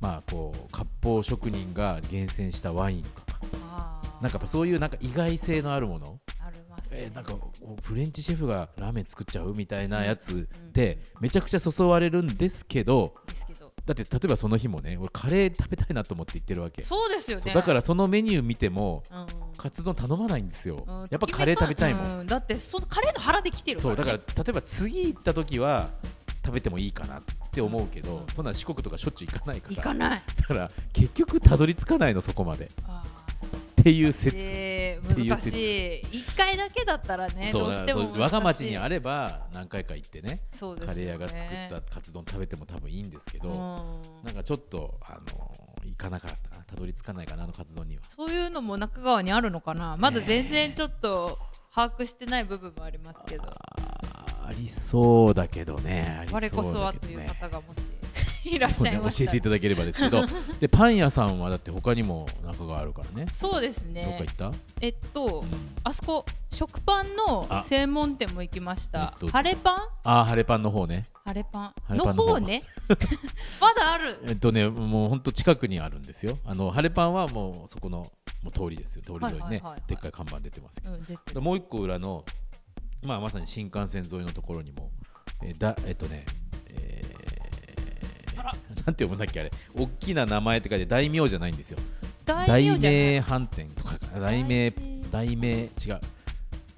[SPEAKER 1] まあこう割烹職人が厳選したワインとか
[SPEAKER 2] あー
[SPEAKER 1] なんかやっぱそういうなんか意外性のあるもの、
[SPEAKER 2] ありますね
[SPEAKER 1] えーなんかおフレンチシェフがラーメン作っちゃうみたいなやつってめちゃくちゃ誘われるんですけど
[SPEAKER 2] ですけど
[SPEAKER 1] だって例えばその日もね俺カレー食べたいなと思って行ってるわけ
[SPEAKER 2] そうですよ
[SPEAKER 1] そ
[SPEAKER 2] ね
[SPEAKER 1] うだからそのメニュー見ても
[SPEAKER 2] うん
[SPEAKER 1] カツ丼頼まないんですよ
[SPEAKER 2] うん
[SPEAKER 1] やっぱカレー食べたいもん
[SPEAKER 2] うんだってそのカレーの腹できてるか
[SPEAKER 1] そ
[SPEAKER 2] ら
[SPEAKER 1] う
[SPEAKER 2] ね
[SPEAKER 1] だから例えば次行った時は食べてもいいかなって思うけど、
[SPEAKER 2] うん
[SPEAKER 1] そんな四国とかしょっちゅう行かないから
[SPEAKER 2] 行かない
[SPEAKER 1] だから結局たどり着かないのそこまで
[SPEAKER 2] あ
[SPEAKER 1] っていう
[SPEAKER 2] ー
[SPEAKER 1] 説、
[SPEAKER 2] で
[SPEAKER 1] っていう
[SPEAKER 2] 難しい一回だけだったらね
[SPEAKER 1] そう
[SPEAKER 2] どうしても
[SPEAKER 1] そう我が町にあ
[SPEAKER 2] れ
[SPEAKER 1] れば何回か行ってね
[SPEAKER 2] そうで
[SPEAKER 1] カ
[SPEAKER 2] すよ
[SPEAKER 1] レ
[SPEAKER 2] ね
[SPEAKER 1] ー屋が作ったカツ丼食べても多分いいんですけど、
[SPEAKER 2] うん
[SPEAKER 1] なんかちょっとあの行かなかったかなたどり着かないかなあのカツ丼には
[SPEAKER 2] そういうのも中川にあるのかなまだ全然ちょっと把握してない部分もありますけど
[SPEAKER 1] あーありそうだけどねありそうだけど
[SPEAKER 2] 我
[SPEAKER 1] ね
[SPEAKER 2] こそはという方がもしいらっしゃい
[SPEAKER 1] そ
[SPEAKER 2] ま
[SPEAKER 1] うね、教
[SPEAKER 2] し
[SPEAKER 1] え
[SPEAKER 2] た
[SPEAKER 1] てい
[SPEAKER 2] ら
[SPEAKER 1] ただければですけどでパン屋さんはだって他にも中があるからね
[SPEAKER 2] そうです
[SPEAKER 1] どっか
[SPEAKER 2] ね
[SPEAKER 1] 行った、
[SPEAKER 2] えっ
[SPEAKER 1] う
[SPEAKER 2] と
[SPEAKER 1] ん
[SPEAKER 2] あそこ食パンの
[SPEAKER 1] あ
[SPEAKER 2] 専門店も行きました
[SPEAKER 1] えっと
[SPEAKER 2] 晴れパン
[SPEAKER 1] ああ晴れパンの方ね
[SPEAKER 2] 晴れパ
[SPEAKER 1] 晴
[SPEAKER 2] ン
[SPEAKER 1] れパ
[SPEAKER 2] の
[SPEAKER 1] ンの方
[SPEAKER 2] 方 ねまだある
[SPEAKER 1] えっとねもうほんと近くにあるんですよあの晴れパンはもうそこのもう通りですよ通り沿いにね、
[SPEAKER 2] はいはいはいはい
[SPEAKER 1] でっかい看板出てますけど
[SPEAKER 2] うん出て
[SPEAKER 1] で
[SPEAKER 2] る
[SPEAKER 1] もう一個裏の、まあ、まさに新幹線沿いのところにもえーだえっとね、えー
[SPEAKER 2] あら
[SPEAKER 1] なんて読むんだっけあれ大きな名前って書いて大名じゃないんですよ
[SPEAKER 2] 大
[SPEAKER 1] 大
[SPEAKER 2] 名じゃない
[SPEAKER 1] 名飯店とか大名大名違う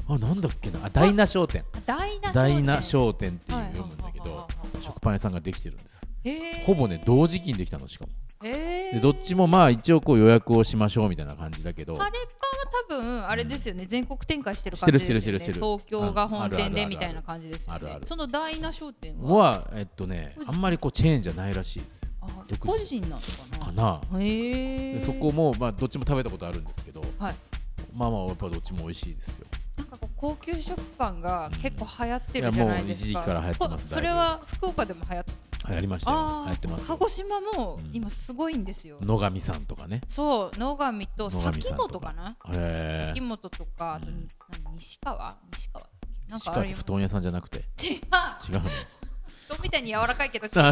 [SPEAKER 1] あなんだっけなあ大
[SPEAKER 2] 大
[SPEAKER 1] 名商店
[SPEAKER 2] 大名
[SPEAKER 1] 大名
[SPEAKER 2] 商
[SPEAKER 1] 商店っていう
[SPEAKER 2] はいはいはい
[SPEAKER 1] 読むんだけ
[SPEAKER 2] はい
[SPEAKER 1] ど
[SPEAKER 2] はいはいはい
[SPEAKER 1] 食パン屋さんができてるんです
[SPEAKER 2] 店へー
[SPEAKER 1] ほぼね同時期にできたのしかも
[SPEAKER 2] へー
[SPEAKER 1] でどっちもまあ一応こう予約をしましょうみたいな感じだけど
[SPEAKER 2] カレーパンは多分あれですよね、全国展開してる
[SPEAKER 1] して
[SPEAKER 2] 感
[SPEAKER 1] る
[SPEAKER 2] じですよね
[SPEAKER 1] してるしてる
[SPEAKER 2] 東京が本
[SPEAKER 1] あるあるあ
[SPEAKER 2] 店
[SPEAKER 1] るあ
[SPEAKER 2] で
[SPEAKER 1] る
[SPEAKER 2] みたいな感じですよね
[SPEAKER 1] あるある
[SPEAKER 2] その大名商店は
[SPEAKER 1] はえっとねあんまりこうチェーンじゃないらしいです
[SPEAKER 2] あ
[SPEAKER 1] 独
[SPEAKER 2] 個
[SPEAKER 1] 自
[SPEAKER 2] 人なの
[SPEAKER 1] か
[SPEAKER 2] かな
[SPEAKER 1] な
[SPEAKER 2] へ
[SPEAKER 1] で
[SPEAKER 2] え
[SPEAKER 1] そこもまあどっちも食べたことあるんですけど
[SPEAKER 2] はい
[SPEAKER 1] まあまあやっぱどっちも美味しいですよ
[SPEAKER 2] なんかこう高級食パンが結構流行って
[SPEAKER 1] う
[SPEAKER 2] る
[SPEAKER 1] ん
[SPEAKER 2] じゃないですか、
[SPEAKER 1] いやもう一時期から流行ってます
[SPEAKER 2] こ
[SPEAKER 1] だいぶ
[SPEAKER 2] それは福岡でも流行って
[SPEAKER 1] やりましたよ
[SPEAKER 2] あ
[SPEAKER 1] やってます
[SPEAKER 2] 鹿
[SPEAKER 1] よ
[SPEAKER 2] 児島も
[SPEAKER 1] うん
[SPEAKER 2] 今すごいんですよ、
[SPEAKER 1] 野上さんとかね
[SPEAKER 2] そう野上と
[SPEAKER 1] 野上
[SPEAKER 2] 崎
[SPEAKER 1] さん
[SPEAKER 2] 本かな
[SPEAKER 1] へ
[SPEAKER 2] 崎
[SPEAKER 1] え
[SPEAKER 2] 本とか、あと
[SPEAKER 1] うん
[SPEAKER 2] 何西川西川なん
[SPEAKER 1] し
[SPEAKER 2] か
[SPEAKER 1] か
[SPEAKER 2] あ
[SPEAKER 1] も
[SPEAKER 2] るよ
[SPEAKER 1] 布団屋さんじゃなくて
[SPEAKER 2] 違う
[SPEAKER 1] 違う
[SPEAKER 2] 布団みたいに柔らかいけど違 う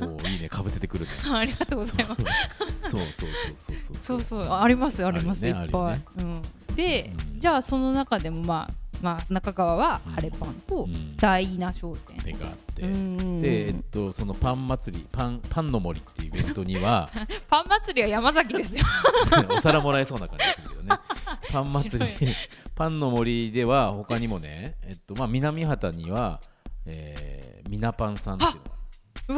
[SPEAKER 1] のおーいいねかぶせてく るね
[SPEAKER 2] ありがとうございます
[SPEAKER 1] そうそうそうそうそ
[SPEAKER 2] そううそうありますあります
[SPEAKER 1] ある
[SPEAKER 2] い
[SPEAKER 1] よね
[SPEAKER 2] っぱい、うん、で、
[SPEAKER 1] うん
[SPEAKER 2] じゃあその中でもまあまあ、中川は晴れパンと
[SPEAKER 1] うん
[SPEAKER 2] 大な商店、
[SPEAKER 1] 手があって、
[SPEAKER 2] うん
[SPEAKER 1] で、えっと、そのパン祭りパンパンの森っていうイベントに は
[SPEAKER 2] パン祭りは山崎で すよ
[SPEAKER 1] お皿もらえそうな感じするけど ねパン祭
[SPEAKER 2] 面白
[SPEAKER 1] りパンの森では他にもね、えっとまあ、南畑には、えー、みなパンさんっていうのが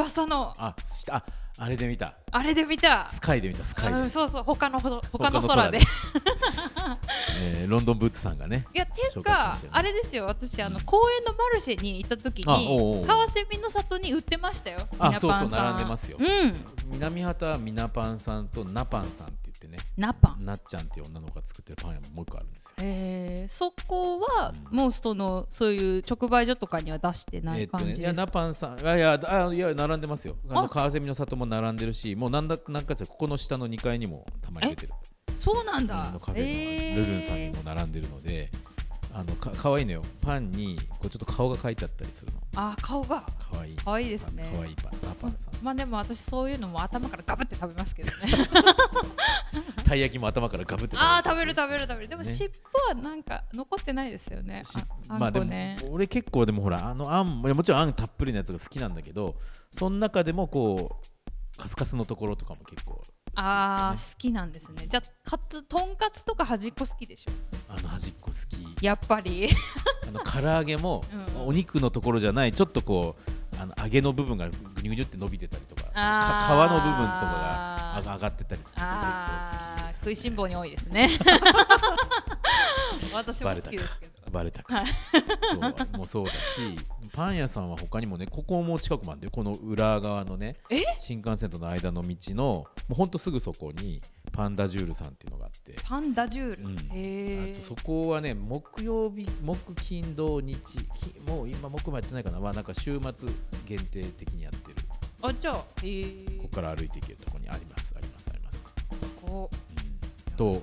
[SPEAKER 2] 噂の
[SPEAKER 1] あしああれで見た
[SPEAKER 2] あれで見た
[SPEAKER 1] スカイで見たスカイ
[SPEAKER 2] う
[SPEAKER 1] で
[SPEAKER 2] ん、そうそう他のほ他の
[SPEAKER 1] 他の
[SPEAKER 2] 空
[SPEAKER 1] 空で
[SPEAKER 2] で
[SPEAKER 1] えーロンドンブーツさんがね
[SPEAKER 2] いやて
[SPEAKER 1] 紹介しま
[SPEAKER 2] か
[SPEAKER 1] したよね
[SPEAKER 2] あれですよ私あの公園のマルシェに行った時
[SPEAKER 1] あおうお
[SPEAKER 2] に
[SPEAKER 1] う
[SPEAKER 2] 川蝉の里に売ってましたよ
[SPEAKER 1] あ
[SPEAKER 2] みなパン
[SPEAKER 1] そうそう
[SPEAKER 2] さ
[SPEAKER 1] 並んでますよ
[SPEAKER 2] うん
[SPEAKER 1] 南畑みなパンさんとなパンさんって言ってね
[SPEAKER 2] ナパン
[SPEAKER 1] なっちゃんっていう女の子が作ってるパン屋ももう一個あるんですよ
[SPEAKER 2] えー、そこはもうそのそういう直売所とかには出してな
[SPEAKER 1] え
[SPEAKER 2] い
[SPEAKER 1] っと
[SPEAKER 2] 感
[SPEAKER 1] ね、
[SPEAKER 2] じ
[SPEAKER 1] い
[SPEAKER 2] で
[SPEAKER 1] や
[SPEAKER 2] すか、
[SPEAKER 1] ナパンさんあいやあいや並んでますよあの
[SPEAKER 2] あ
[SPEAKER 1] 川蝉の里も並んでるしもうなんだなんかじゃここの下の2階にもたまに出てる
[SPEAKER 2] そうなん
[SPEAKER 1] あ
[SPEAKER 2] だ
[SPEAKER 1] のカフェのルルンさんにも並んでるので、あのかかわいいのよパンにこうちょっと顔が描いてあったりするの
[SPEAKER 2] えーあ顔が
[SPEAKER 1] かわいい
[SPEAKER 2] 可愛いですね
[SPEAKER 1] かわいいパンナパンさん
[SPEAKER 2] まあでも私そういうのも頭からガブって食べますけどね
[SPEAKER 1] たい焼きも頭からガブって
[SPEAKER 2] ああ食べる食べる食べるでも
[SPEAKER 1] ね
[SPEAKER 2] 尻尾はなんか残ってないですよね
[SPEAKER 1] し
[SPEAKER 2] あ
[SPEAKER 1] ま
[SPEAKER 2] あ
[SPEAKER 1] あ
[SPEAKER 2] ん
[SPEAKER 1] で
[SPEAKER 2] こ
[SPEAKER 1] も
[SPEAKER 2] ね、
[SPEAKER 1] 俺結構でもほらあのあんいやもちろんあんたっぷりのやつが好きなんだけどその中でもこうカスカスのところとかも結構好きですよね
[SPEAKER 2] ああ好きなんですねじゃあかつとんかつとか端っこ好きでしょ
[SPEAKER 1] あの端っこ好き
[SPEAKER 2] やっ ぱり
[SPEAKER 1] あの唐揚げも、
[SPEAKER 2] うん
[SPEAKER 1] お肉のところじゃないちょっとこうあの揚げの部分がぐにゅぐにゅって伸びてたりとかか
[SPEAKER 2] あ
[SPEAKER 1] 皮
[SPEAKER 2] ー
[SPEAKER 1] の部分とかがあが上がってたりするの
[SPEAKER 2] あ
[SPEAKER 1] 結構好
[SPEAKER 2] あ、
[SPEAKER 1] きです
[SPEAKER 2] 食いしん坊に多いで すね私も好きですけど
[SPEAKER 1] バレたかそうもうそうだしパン屋さんは他にもねここも近くまでこの裏側のね
[SPEAKER 2] え
[SPEAKER 1] 新幹線との間の道のもうほんとすぐそこにパンダジュールさんっていうのがあって
[SPEAKER 2] パンダジュール、
[SPEAKER 1] うん
[SPEAKER 2] へ
[SPEAKER 1] あとそ
[SPEAKER 2] え
[SPEAKER 1] こはね木曜日木金土日きもう今木もやってないかなはなんか週末限定的にやってる
[SPEAKER 2] あじゃあへえ
[SPEAKER 1] ここから歩いていけるとこにありますありますあります、
[SPEAKER 2] こう
[SPEAKER 1] うん、と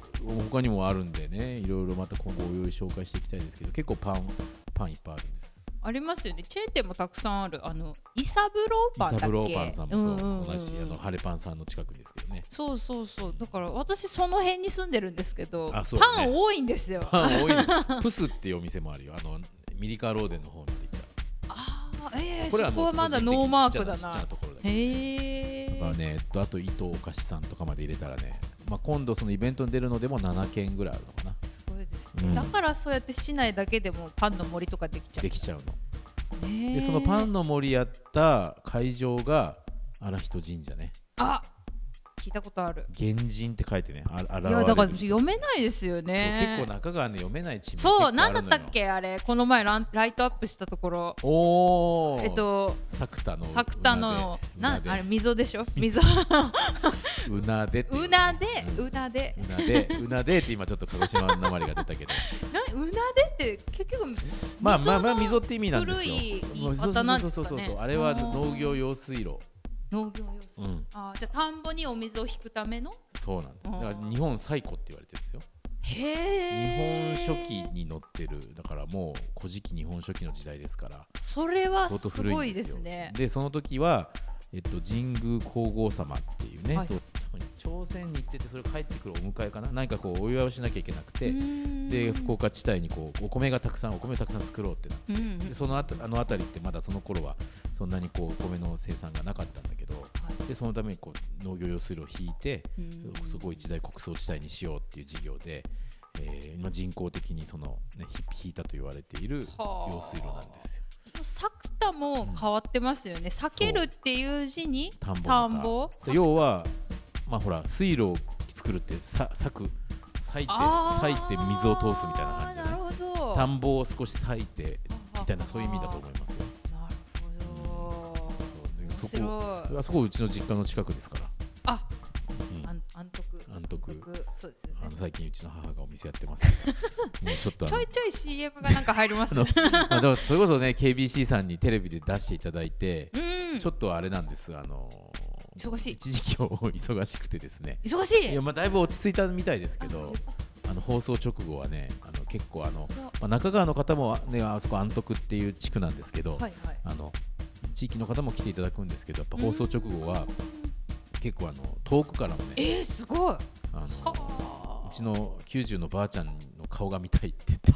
[SPEAKER 1] 他にもあるんでねいろいろまた今後お用意紹介していきたいですけど結構パンパンいっぱいあるんです
[SPEAKER 2] ありますよねチェーン店もたくさんあるあのイサブローパ
[SPEAKER 1] イ
[SPEAKER 2] ンだっけ
[SPEAKER 1] サブローパンさんもそう、
[SPEAKER 2] んんん
[SPEAKER 1] 同じあのハレパンさんの近くですけどね
[SPEAKER 2] そうそうそうだから私その辺に住んでるんですけど、
[SPEAKER 1] あそうね
[SPEAKER 2] パン多いんですよ
[SPEAKER 1] パン多い のプスっていうお店もあるよあのミリカローデンの方に行ったら
[SPEAKER 2] あーえー、
[SPEAKER 1] これは
[SPEAKER 2] そこは
[SPEAKER 1] もう個
[SPEAKER 2] ま
[SPEAKER 1] 人
[SPEAKER 2] だ
[SPEAKER 1] 的
[SPEAKER 2] ノーマークだ
[SPEAKER 1] ちっちゃ
[SPEAKER 2] な
[SPEAKER 1] なところだけど
[SPEAKER 2] へえ
[SPEAKER 1] だからねえっとあと伊藤お菓子さんとかまで入れたらね、まあ、今度そのイベントに出るのでも7件ぐらいあるのかな
[SPEAKER 2] すごいですね、
[SPEAKER 1] うん
[SPEAKER 2] だからそうやって市内だけでもパンの森とかできちゃう
[SPEAKER 1] できちゃうの
[SPEAKER 2] ね
[SPEAKER 1] でそのパンの森やった会場が荒人神社ね
[SPEAKER 2] あ聞いたことある
[SPEAKER 1] 原神って書いてねあ現
[SPEAKER 2] い
[SPEAKER 1] れる
[SPEAKER 2] やだから
[SPEAKER 1] そう
[SPEAKER 2] 私読めないですよね
[SPEAKER 1] 結構中川ね読めない地名
[SPEAKER 2] そう
[SPEAKER 1] 結構あ
[SPEAKER 2] 何
[SPEAKER 1] るの
[SPEAKER 2] だっ
[SPEAKER 1] よ
[SPEAKER 2] たっけあれこの前ランライトアップしたところ
[SPEAKER 1] おお
[SPEAKER 2] えっと
[SPEAKER 1] 作田の
[SPEAKER 2] 作田の
[SPEAKER 1] う
[SPEAKER 2] な
[SPEAKER 1] な
[SPEAKER 2] あれ
[SPEAKER 1] で
[SPEAKER 2] 溝でしょ溝
[SPEAKER 1] うなでっていう
[SPEAKER 2] なでうなで
[SPEAKER 1] うなでうなでって今ちょっと鹿児島のなまりが出たけ ど
[SPEAKER 2] なうなでって結局
[SPEAKER 1] まあまあまあ
[SPEAKER 2] の
[SPEAKER 1] 溝って意味なんですよ
[SPEAKER 2] 古い言
[SPEAKER 1] もう
[SPEAKER 2] い方なんです
[SPEAKER 1] そう
[SPEAKER 2] か
[SPEAKER 1] そうそう
[SPEAKER 2] ね
[SPEAKER 1] そうあれは
[SPEAKER 2] ー
[SPEAKER 1] 農業用水路
[SPEAKER 2] 農業用水、
[SPEAKER 1] うん
[SPEAKER 2] あーじゃあ田んぼにお水を引くための
[SPEAKER 1] そうなんです
[SPEAKER 2] あ
[SPEAKER 1] だ
[SPEAKER 2] ー
[SPEAKER 1] から日本最古って言われてるんですよ
[SPEAKER 2] へえ
[SPEAKER 1] 日本書紀に載ってるだからもう古事記日本書紀の時代ですから
[SPEAKER 2] それは
[SPEAKER 1] 相当
[SPEAKER 2] す
[SPEAKER 1] 古
[SPEAKER 2] ご
[SPEAKER 1] い
[SPEAKER 2] い
[SPEAKER 1] んで
[SPEAKER 2] です
[SPEAKER 1] よ
[SPEAKER 2] すね
[SPEAKER 1] でその時は、えっと、神宮皇后様っていうね、
[SPEAKER 2] はい
[SPEAKER 1] と朝鮮に行っててそれ帰ってくるお迎えかな何かこうお祝いをしなきゃいけなくて、で
[SPEAKER 2] で
[SPEAKER 1] 福岡地帯にこうお米がたくさんお米をたくさん作ろうってなって
[SPEAKER 2] うんうん
[SPEAKER 1] でそのあたあの辺りってまだその頃はそんなにこうお米の生産がなかったんだけど、でそのためにこう農業用水路を引いて、
[SPEAKER 2] うん
[SPEAKER 1] そこを一大穀倉地帯にしようっていう事業で、えー今人工的にその、ね、ひ引いたと言われている
[SPEAKER 2] はあ
[SPEAKER 1] 用水路なんですよ。
[SPEAKER 2] その作田も変わってますよね、避けるっていう字に
[SPEAKER 1] 田んぼ
[SPEAKER 2] 田
[SPEAKER 1] の
[SPEAKER 2] んぼ
[SPEAKER 1] 田要は、まあ、ほら水路を作るってさ裂く裂いて
[SPEAKER 2] あ
[SPEAKER 1] 裂い
[SPEAKER 2] ー
[SPEAKER 1] て水を通すみたいな感じじゃ
[SPEAKER 2] な
[SPEAKER 1] な
[SPEAKER 2] る
[SPEAKER 1] い
[SPEAKER 2] ほど
[SPEAKER 1] 田んぼを少し裂いてみたいな
[SPEAKER 2] ははは
[SPEAKER 1] そういう意味だと思いますよ。
[SPEAKER 2] なるほど
[SPEAKER 1] そうで
[SPEAKER 2] 面
[SPEAKER 1] そこ
[SPEAKER 2] 白い
[SPEAKER 1] あそこうちの実家の近くですから。
[SPEAKER 2] あ
[SPEAKER 1] うん
[SPEAKER 2] 安安徳
[SPEAKER 1] 安徳
[SPEAKER 2] そうですよ
[SPEAKER 1] あの
[SPEAKER 2] ね
[SPEAKER 1] 最近うちの母がお店やって ますからもうちょっとあ
[SPEAKER 2] ちょ
[SPEAKER 1] の
[SPEAKER 2] いちょい CM がなんか入ります
[SPEAKER 1] あの
[SPEAKER 2] ね
[SPEAKER 1] まあでもそれこそね KBC さんにテレビで出していただいて、
[SPEAKER 2] うん
[SPEAKER 1] ちょっとあれなんですあの
[SPEAKER 2] 忙しい
[SPEAKER 1] 一時期を忙しくてですね
[SPEAKER 2] 忙し
[SPEAKER 1] い
[SPEAKER 2] い
[SPEAKER 1] やまあだいぶ落ち着いたみたいですけ
[SPEAKER 2] あ
[SPEAKER 1] ど
[SPEAKER 2] よかった
[SPEAKER 1] あの放送直後はねあの結構あの、
[SPEAKER 2] わ
[SPEAKER 1] まあ、中川の方もねあそこ安徳っていう地区なんですけど、
[SPEAKER 2] はいはい
[SPEAKER 1] あの地域の方も来ていただくんですけどやっぱ放送直後は結構あの遠くからもね
[SPEAKER 2] えー、すごい
[SPEAKER 1] あの
[SPEAKER 2] あ
[SPEAKER 1] うちの90のばあちゃんの顔が見たいって言って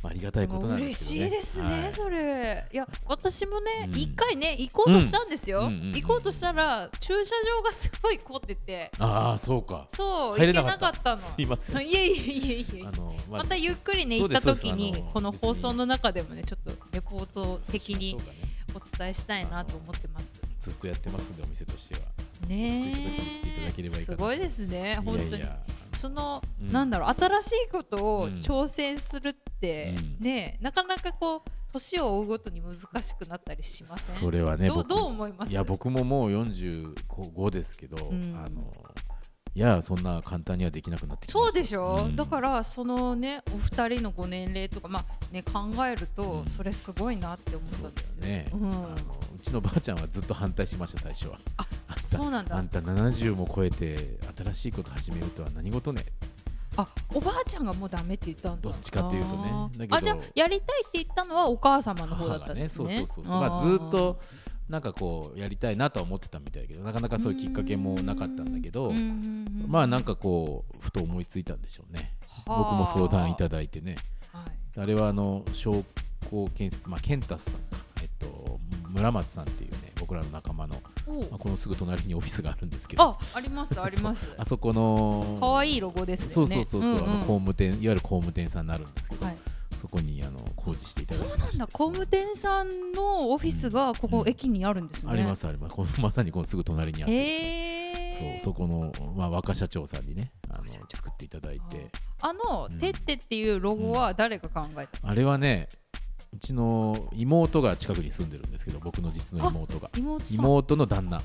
[SPEAKER 1] ありがたいことなんで
[SPEAKER 2] 嬉
[SPEAKER 1] すけ
[SPEAKER 2] し
[SPEAKER 1] ど、ね、
[SPEAKER 2] いですね、
[SPEAKER 1] はい
[SPEAKER 2] それいや私もね
[SPEAKER 1] うん
[SPEAKER 2] 一、回ね行こうとしたんです
[SPEAKER 1] う
[SPEAKER 2] よ、
[SPEAKER 1] んうんうん
[SPEAKER 2] 行こうとしたら駐車場がすごい混んでて
[SPEAKER 1] ああそうか
[SPEAKER 2] そう
[SPEAKER 1] 入
[SPEAKER 2] 行
[SPEAKER 1] れ
[SPEAKER 2] け
[SPEAKER 1] なか
[SPEAKER 2] な
[SPEAKER 1] った
[SPEAKER 2] かったの
[SPEAKER 1] すいません
[SPEAKER 2] いえいえいえいえ
[SPEAKER 1] あの
[SPEAKER 2] またゆっくりね行
[SPEAKER 1] そう
[SPEAKER 2] っ
[SPEAKER 1] で
[SPEAKER 2] た
[SPEAKER 1] すそうです
[SPEAKER 2] 時
[SPEAKER 1] あ
[SPEAKER 2] に
[SPEAKER 1] の
[SPEAKER 2] この
[SPEAKER 1] 別に
[SPEAKER 2] 放送の中でもねちょっとレポート的に
[SPEAKER 1] そうかね
[SPEAKER 2] お伝えしたいなと思ってます
[SPEAKER 1] ずっとやってますんでお店としては
[SPEAKER 2] ね
[SPEAKER 1] 落ち着いた時に来ていただければいいか
[SPEAKER 2] す
[SPEAKER 1] な
[SPEAKER 2] ごいですね本当に
[SPEAKER 1] いやいや
[SPEAKER 2] その、
[SPEAKER 1] うん
[SPEAKER 2] なんだろう新しいことを
[SPEAKER 1] うん
[SPEAKER 2] 挑戦するって、
[SPEAKER 1] うん
[SPEAKER 2] ねなかなかこう年を追うごとに難しくなったりしません
[SPEAKER 1] それはね
[SPEAKER 2] どう
[SPEAKER 1] 僕
[SPEAKER 2] どう思います
[SPEAKER 1] いや僕ももう45ですけど、
[SPEAKER 2] うん
[SPEAKER 1] あのいやそんな簡単にはできなくなってきました
[SPEAKER 2] そうでしょ、
[SPEAKER 1] うん
[SPEAKER 2] だからそのねお二人のご年齢とかまあね考えると
[SPEAKER 1] うん
[SPEAKER 2] それすごいなって思った
[SPEAKER 1] そうんだ
[SPEAKER 2] で
[SPEAKER 1] よ
[SPEAKER 2] すよ、
[SPEAKER 1] ね、
[SPEAKER 2] うん
[SPEAKER 1] あのうちのばあちゃんはずっと反対しました最初は
[SPEAKER 2] あ
[SPEAKER 1] あんた
[SPEAKER 2] そうなんだ
[SPEAKER 1] あんた70も超えて新しいこと始めるとは何事ね
[SPEAKER 2] あおばあちゃんがもうダメって言ったん
[SPEAKER 1] ど
[SPEAKER 2] だ
[SPEAKER 1] っちかっていうとね
[SPEAKER 2] あー
[SPEAKER 1] だけど
[SPEAKER 2] あじゃあやりたいって言ったのはお母様の方だ
[SPEAKER 1] 母
[SPEAKER 2] った
[SPEAKER 1] が
[SPEAKER 2] んで
[SPEAKER 1] ね
[SPEAKER 2] す
[SPEAKER 1] そう
[SPEAKER 2] ね
[SPEAKER 1] そうそうそうまあずっとなんかこうやりたいなとは思ってたみたいだけどなかなかそういうきっかけもなかったんだけどまあなんかこうふと思いついたんでしょうね僕も相談いた
[SPEAKER 2] だ
[SPEAKER 1] だいてねあれはあの商工建設、まあ、ケンタスさんか、えっと、村松さんっていうね僕らの仲間の、まあ、このすぐ隣にオフィスがあるんですけど
[SPEAKER 2] あありますあります
[SPEAKER 1] そうあそこの
[SPEAKER 2] 可愛いロゴです
[SPEAKER 1] そ
[SPEAKER 2] よ
[SPEAKER 1] う
[SPEAKER 2] ね
[SPEAKER 1] そうそうそう、
[SPEAKER 2] んん
[SPEAKER 1] あの工務店いわゆる工務店さんになるんですけど、
[SPEAKER 2] はい
[SPEAKER 1] そこにあの工事していただ
[SPEAKER 2] そ
[SPEAKER 1] いて
[SPEAKER 2] う
[SPEAKER 1] ま
[SPEAKER 2] な
[SPEAKER 1] して
[SPEAKER 2] んだ工務店さんのオフィスがここ
[SPEAKER 1] うん
[SPEAKER 2] 駅にあるんですね
[SPEAKER 1] ありますありますこの まさにこのすぐ隣にあってですね、
[SPEAKER 2] へえ
[SPEAKER 1] そうそこの、まあ、若社長さんにねあの
[SPEAKER 2] 若社長
[SPEAKER 1] 作っていただいて
[SPEAKER 2] あの
[SPEAKER 1] うん
[SPEAKER 2] てってっていうロゴは誰が考えた
[SPEAKER 1] あれはねうちの妹が近くに住んでるんですけど僕の実の妹が
[SPEAKER 2] 妹さん
[SPEAKER 1] 妹の旦那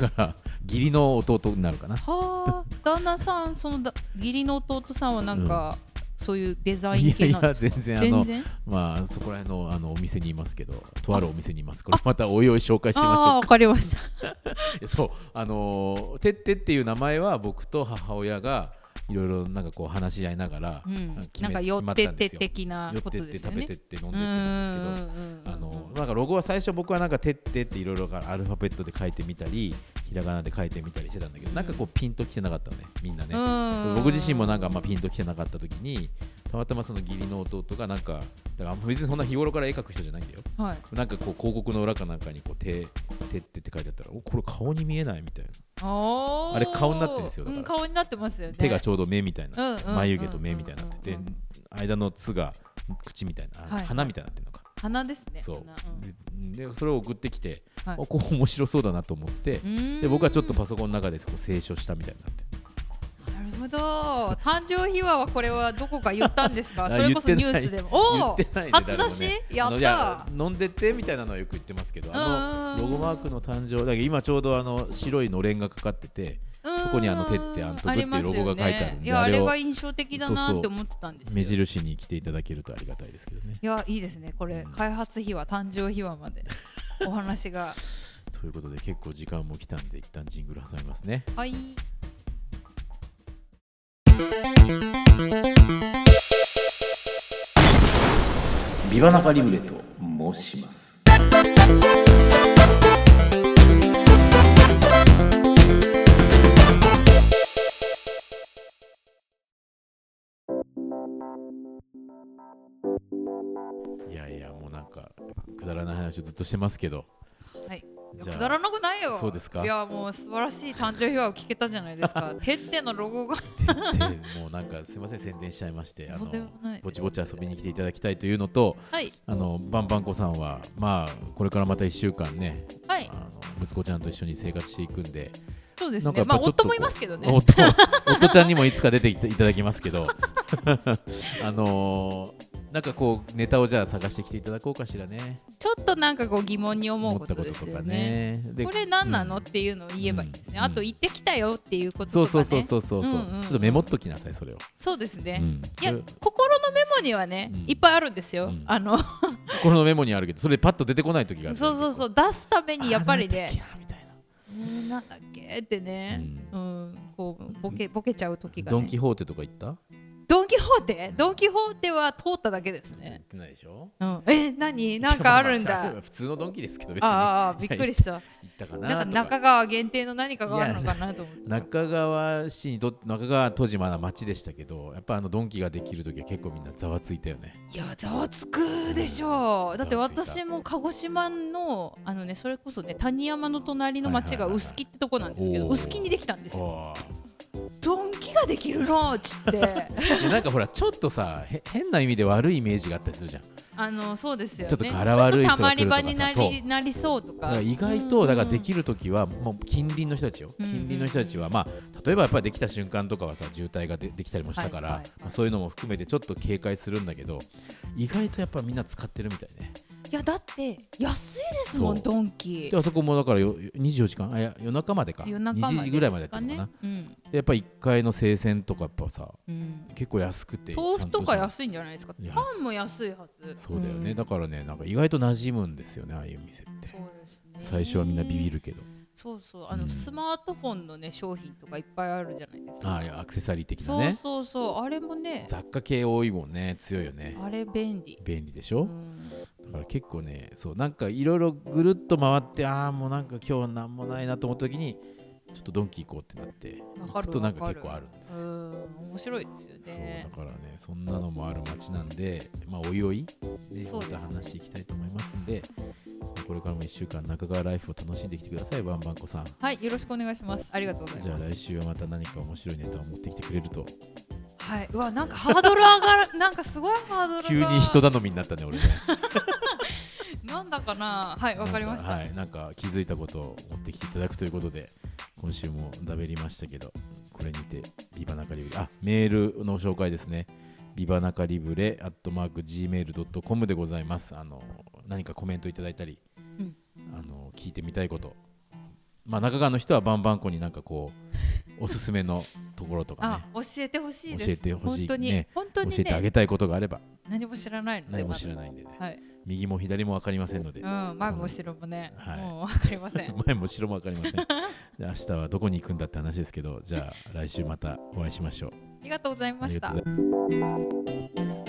[SPEAKER 1] だから義理の弟になるかな
[SPEAKER 2] はあ旦那さんそのだ義理の弟さんはなんかそういうデザイ
[SPEAKER 1] い
[SPEAKER 2] ン
[SPEAKER 1] や
[SPEAKER 2] 系
[SPEAKER 1] い
[SPEAKER 2] なんで
[SPEAKER 1] や
[SPEAKER 2] す
[SPEAKER 1] 全
[SPEAKER 2] か
[SPEAKER 1] 然あ
[SPEAKER 2] 全
[SPEAKER 1] の
[SPEAKER 2] 然
[SPEAKER 1] まあそこら辺のあのお店にいますけどとあるお店にいますこれまたおいおい紹介しまし
[SPEAKER 2] ああ
[SPEAKER 1] ょ
[SPEAKER 2] わかりました
[SPEAKER 1] う そうあのーてってっていう名前は僕と母親がいろいろなんかこう話し合いながら、
[SPEAKER 2] うん
[SPEAKER 1] 決め
[SPEAKER 2] なんか寄
[SPEAKER 1] 決ま
[SPEAKER 2] ったて
[SPEAKER 1] ん
[SPEAKER 2] っ
[SPEAKER 1] で
[SPEAKER 2] て
[SPEAKER 1] すよ
[SPEAKER 2] 的な
[SPEAKER 1] 寄っ
[SPEAKER 2] こ
[SPEAKER 1] て
[SPEAKER 2] と
[SPEAKER 1] って
[SPEAKER 2] ですよ
[SPEAKER 1] 食
[SPEAKER 2] ね
[SPEAKER 1] べてって飲んでってなんですけどあのなんかロゴは最初僕はなんかてってっていろいろアルファベットで書いてみたりひらがなで書いてみたりしてたんだけど、なんかこうピンときてなかったのねみんなね、
[SPEAKER 2] うん
[SPEAKER 1] 僕自身もなんかあんまピンときてなかった時にたまたまその義理の弟がなんかだから別にそんな日頃から絵描く人じゃないんだよ
[SPEAKER 2] うんはい
[SPEAKER 1] なんかこう広告の裏かなんかにこう手手ってって書いてあったらおこれ顔に見えないみたいな、
[SPEAKER 2] あー
[SPEAKER 1] あれ顔になってるんですよだから
[SPEAKER 2] う顔になってますよね
[SPEAKER 1] 手がちょうど目みたいな、
[SPEAKER 2] うんうんうん
[SPEAKER 1] 眉毛と目みたいになってて、
[SPEAKER 2] うんうん
[SPEAKER 1] 間の「つ」が口みたいな、
[SPEAKER 2] はい
[SPEAKER 1] 鼻みたいになってるのか
[SPEAKER 2] 鼻ですね
[SPEAKER 1] そう
[SPEAKER 2] 鼻、
[SPEAKER 1] ででそれを送ってきて、
[SPEAKER 2] はい
[SPEAKER 1] おこう面白そうだなと思って、
[SPEAKER 2] うん
[SPEAKER 1] で僕はちょっとパソコンの中でこう清書したみたいになって
[SPEAKER 2] なるほど誕生秘話はこれはどこか言ったんです か
[SPEAKER 1] あ
[SPEAKER 2] それこそ
[SPEAKER 1] 言っ
[SPEAKER 2] ニ
[SPEAKER 1] てな
[SPEAKER 2] ュ
[SPEAKER 1] い
[SPEAKER 2] ースでもおお
[SPEAKER 1] 言ってないね
[SPEAKER 2] 初出し、や
[SPEAKER 1] 誰もねあ
[SPEAKER 2] った
[SPEAKER 1] のいや飲んでってみたいなのはよく言ってますけどあ
[SPEAKER 2] うん
[SPEAKER 1] のロゴマークの誕生だけど今ちょうどあの白いのれんがかかっててそこにあの手ってあんとくっていうロゴが書いてあるんで
[SPEAKER 2] りますよねいや
[SPEAKER 1] あ
[SPEAKER 2] あ
[SPEAKER 1] れを
[SPEAKER 2] れが印象的だな
[SPEAKER 1] そうそう
[SPEAKER 2] って思ってたんです
[SPEAKER 1] 目
[SPEAKER 2] よ
[SPEAKER 1] 印に来ていただけるとありがたいですけどね。
[SPEAKER 2] いやいいですねこれ開発秘話誕生秘話 までお話が
[SPEAKER 1] ということで結構時間も来たんで一旦ジングル挟みますね。
[SPEAKER 2] はい
[SPEAKER 3] ビバナカリブレと申します
[SPEAKER 1] いやいやもうなんかくだらない話をずっとしてますけど
[SPEAKER 2] はいいや
[SPEAKER 1] じゃあ
[SPEAKER 2] くだらなくないよ
[SPEAKER 1] そうですか
[SPEAKER 2] いやもう素晴らしい誕生秘話を聞けたじゃないで すかてってのロゴが
[SPEAKER 1] でもうなんかすいません宣伝しちゃいましてあ
[SPEAKER 2] と
[SPEAKER 1] の
[SPEAKER 2] んでもないです
[SPEAKER 1] ぼちぼち遊びに来ていただきたいというのと
[SPEAKER 2] はい
[SPEAKER 1] あのバンバンコさんはまあこれからまた1週間ね
[SPEAKER 2] はい
[SPEAKER 1] あの息子ちゃんと一緒に生活していくんで
[SPEAKER 2] そうです
[SPEAKER 1] なんか
[SPEAKER 2] ね
[SPEAKER 1] やっ
[SPEAKER 2] ま
[SPEAKER 1] ぱ
[SPEAKER 2] あ
[SPEAKER 1] ちょっとこう
[SPEAKER 2] 夫もいますけどね
[SPEAKER 1] 夫夫ちゃんにもいつか出ていただきます けどあのーなんかこうネタをじゃあ探してきていただこうかしらね
[SPEAKER 2] ちょっとなんかこう疑問に思う
[SPEAKER 1] 思
[SPEAKER 2] こ
[SPEAKER 1] ったこ
[SPEAKER 2] とで
[SPEAKER 1] とと
[SPEAKER 2] すよ
[SPEAKER 1] か
[SPEAKER 2] ね。
[SPEAKER 1] ねで
[SPEAKER 2] これ何なの、っていうのを言えばいいですね。
[SPEAKER 1] うん
[SPEAKER 2] あと行ってきたよっていうこと
[SPEAKER 1] そ
[SPEAKER 2] と
[SPEAKER 1] う
[SPEAKER 2] か
[SPEAKER 1] そ
[SPEAKER 2] ね。
[SPEAKER 1] うそうそうそうそう、
[SPEAKER 2] んんん
[SPEAKER 1] ちょっとメモっときなさいそれを、
[SPEAKER 2] そうですね。
[SPEAKER 1] うん
[SPEAKER 2] いや
[SPEAKER 1] それ
[SPEAKER 2] 心のメモにはね、
[SPEAKER 1] うん
[SPEAKER 2] いっぱいあるんですよ。
[SPEAKER 1] うん
[SPEAKER 2] あの
[SPEAKER 1] 心のメモにあるけどそれパッと出てこない時がある
[SPEAKER 2] そうそうそうう出すためにやっぱりね、
[SPEAKER 1] みたいな
[SPEAKER 2] うんなんだっけってね、うん、こうボケボケちゃう時がね。
[SPEAKER 1] ドンキホーテとか行った
[SPEAKER 2] ドン・キホーテドン・キホーテは通っただけですね、
[SPEAKER 1] ってないでしょ
[SPEAKER 2] うん、え何なんかあるん
[SPEAKER 1] いやま
[SPEAKER 2] だ
[SPEAKER 1] まあ普通のドンキですけど別に
[SPEAKER 2] あーあーびっくりした
[SPEAKER 1] 行ったかな
[SPEAKER 2] なんか
[SPEAKER 1] とか
[SPEAKER 2] 中川限定の何かがあるのかなと思って
[SPEAKER 1] 中川市にと中川当時まだ町でしたけどやっぱあのドンキができる時は結構みんなざわついたよね
[SPEAKER 2] いやざわつくでしょうだって
[SPEAKER 1] ざわついた
[SPEAKER 2] 私も鹿児島のあのねそれこそね谷山の隣の町が
[SPEAKER 1] はいはいはいはい
[SPEAKER 2] 臼杵ってとこなんですけど
[SPEAKER 1] おー
[SPEAKER 2] 臼杵にできたんですよ
[SPEAKER 1] あ
[SPEAKER 2] ドンキができるのっつって
[SPEAKER 1] ーでなんかほらちょっとさへ変な意味で悪いイメージがあったりするじゃん
[SPEAKER 2] あのそうですよね
[SPEAKER 1] ちょっと柄悪い人が来るとかさ
[SPEAKER 2] ちょっとたまり場にな
[SPEAKER 1] そ
[SPEAKER 2] りなりそうと
[SPEAKER 1] だ
[SPEAKER 2] か
[SPEAKER 1] から意外
[SPEAKER 2] う
[SPEAKER 1] と
[SPEAKER 2] ん
[SPEAKER 1] だからできる時はもう近隣の人たちよ
[SPEAKER 2] うんうん
[SPEAKER 1] 近隣の人たちはまあ例えばやっぱりできた瞬間とかはさ渋滞がでできたりもしたから、
[SPEAKER 2] はいはい
[SPEAKER 1] まあ、そういうのも含めてちょっと警戒するんだけど意外とやっぱみんな使ってるみたいね
[SPEAKER 2] いやだって安いですもん
[SPEAKER 1] そう
[SPEAKER 2] ドンキ
[SPEAKER 1] であそこもだからよ24時間あいや夜中までか
[SPEAKER 2] 夜中まで
[SPEAKER 1] 2時ぐらいまでやってるの
[SPEAKER 2] で
[SPEAKER 1] か
[SPEAKER 2] す
[SPEAKER 1] な
[SPEAKER 2] かねうん
[SPEAKER 1] でやっぱ1階の生鮮とかやっぱさ
[SPEAKER 2] うん
[SPEAKER 1] 結構安くて
[SPEAKER 2] 豆腐とか
[SPEAKER 1] ちゃんし
[SPEAKER 2] 安いんじゃないですか
[SPEAKER 1] いや
[SPEAKER 2] パンも安いはず
[SPEAKER 1] たそうだよね、
[SPEAKER 2] ん
[SPEAKER 1] だからねなんか意外と馴染むんですよねああいう店って
[SPEAKER 2] そうですね
[SPEAKER 1] 最初はみんなビビるけど
[SPEAKER 2] そうそうあの、
[SPEAKER 1] うん
[SPEAKER 2] スマートフォンのね商品とかいっぱいあるじゃないですか
[SPEAKER 1] ああいやアクセサリー的な
[SPEAKER 2] そう
[SPEAKER 1] ね
[SPEAKER 2] そうそうあれもね
[SPEAKER 1] 雑貨系多いもんね強いよね
[SPEAKER 2] あれ便利
[SPEAKER 1] 便利でしょ、
[SPEAKER 2] うん
[SPEAKER 1] だから結構ねそうなんかいろいろぐるっと回ってああもうなんか今日なんもないなと思った時にちょっとドンキ行こうってなって
[SPEAKER 2] わ
[SPEAKER 1] 行
[SPEAKER 2] かる
[SPEAKER 1] くとなんか結構あるんで
[SPEAKER 2] う
[SPEAKER 1] すよ
[SPEAKER 2] ん面白いですよ
[SPEAKER 1] そう
[SPEAKER 2] ね
[SPEAKER 1] だからねそんなのもある街なんでまあおいおいで
[SPEAKER 2] そう
[SPEAKER 1] ま
[SPEAKER 2] ですね
[SPEAKER 1] た話していきたいと思いますんでこれからも1週間中川ライフを楽しんできてくださいバンバンコさん
[SPEAKER 2] はいよろしくお願いしますありがとうございます
[SPEAKER 1] じゃあ来週はまた何か面白いネタを持ってきてくれると
[SPEAKER 2] はいうわなんかハードル上がる なんかすごいハードルが
[SPEAKER 1] 急に人頼みになったね俺ね
[SPEAKER 2] なんだかなはいわかりました、
[SPEAKER 1] なんはいなんか気づいたことを持ってきていただくということで今週もだべりましたけどこれにてビバナカリブレあメールの紹介ですねビバナカリブレアットマーク Gmail.com でございますあの何かコメントいただいたり、
[SPEAKER 2] うん
[SPEAKER 1] あの聞いてみたいことまあ中川の人はバンバンコになんかこ うおすすめのところとか
[SPEAKER 2] あ
[SPEAKER 1] ね
[SPEAKER 2] 教えてほしいです
[SPEAKER 1] 教えてほしい
[SPEAKER 2] 本当に、
[SPEAKER 1] ね
[SPEAKER 2] 本当
[SPEAKER 1] 教
[SPEAKER 2] に
[SPEAKER 1] えてあげ
[SPEAKER 2] ね
[SPEAKER 1] たいことがあれば
[SPEAKER 2] 何も知らないので
[SPEAKER 1] 何も知らないんでね
[SPEAKER 2] まだはい
[SPEAKER 1] 右も左も分かりませんので、
[SPEAKER 2] うん前も後ろもね、
[SPEAKER 1] はい
[SPEAKER 2] もうわかり ません
[SPEAKER 1] 前も後ろも分かりませんで明日はどこに行くんだって話ですけどじゃあ来週またお会いしましょう
[SPEAKER 2] ありがとうござい
[SPEAKER 1] あ
[SPEAKER 2] ま
[SPEAKER 1] り
[SPEAKER 2] し
[SPEAKER 1] がとうございま
[SPEAKER 2] た
[SPEAKER 1] す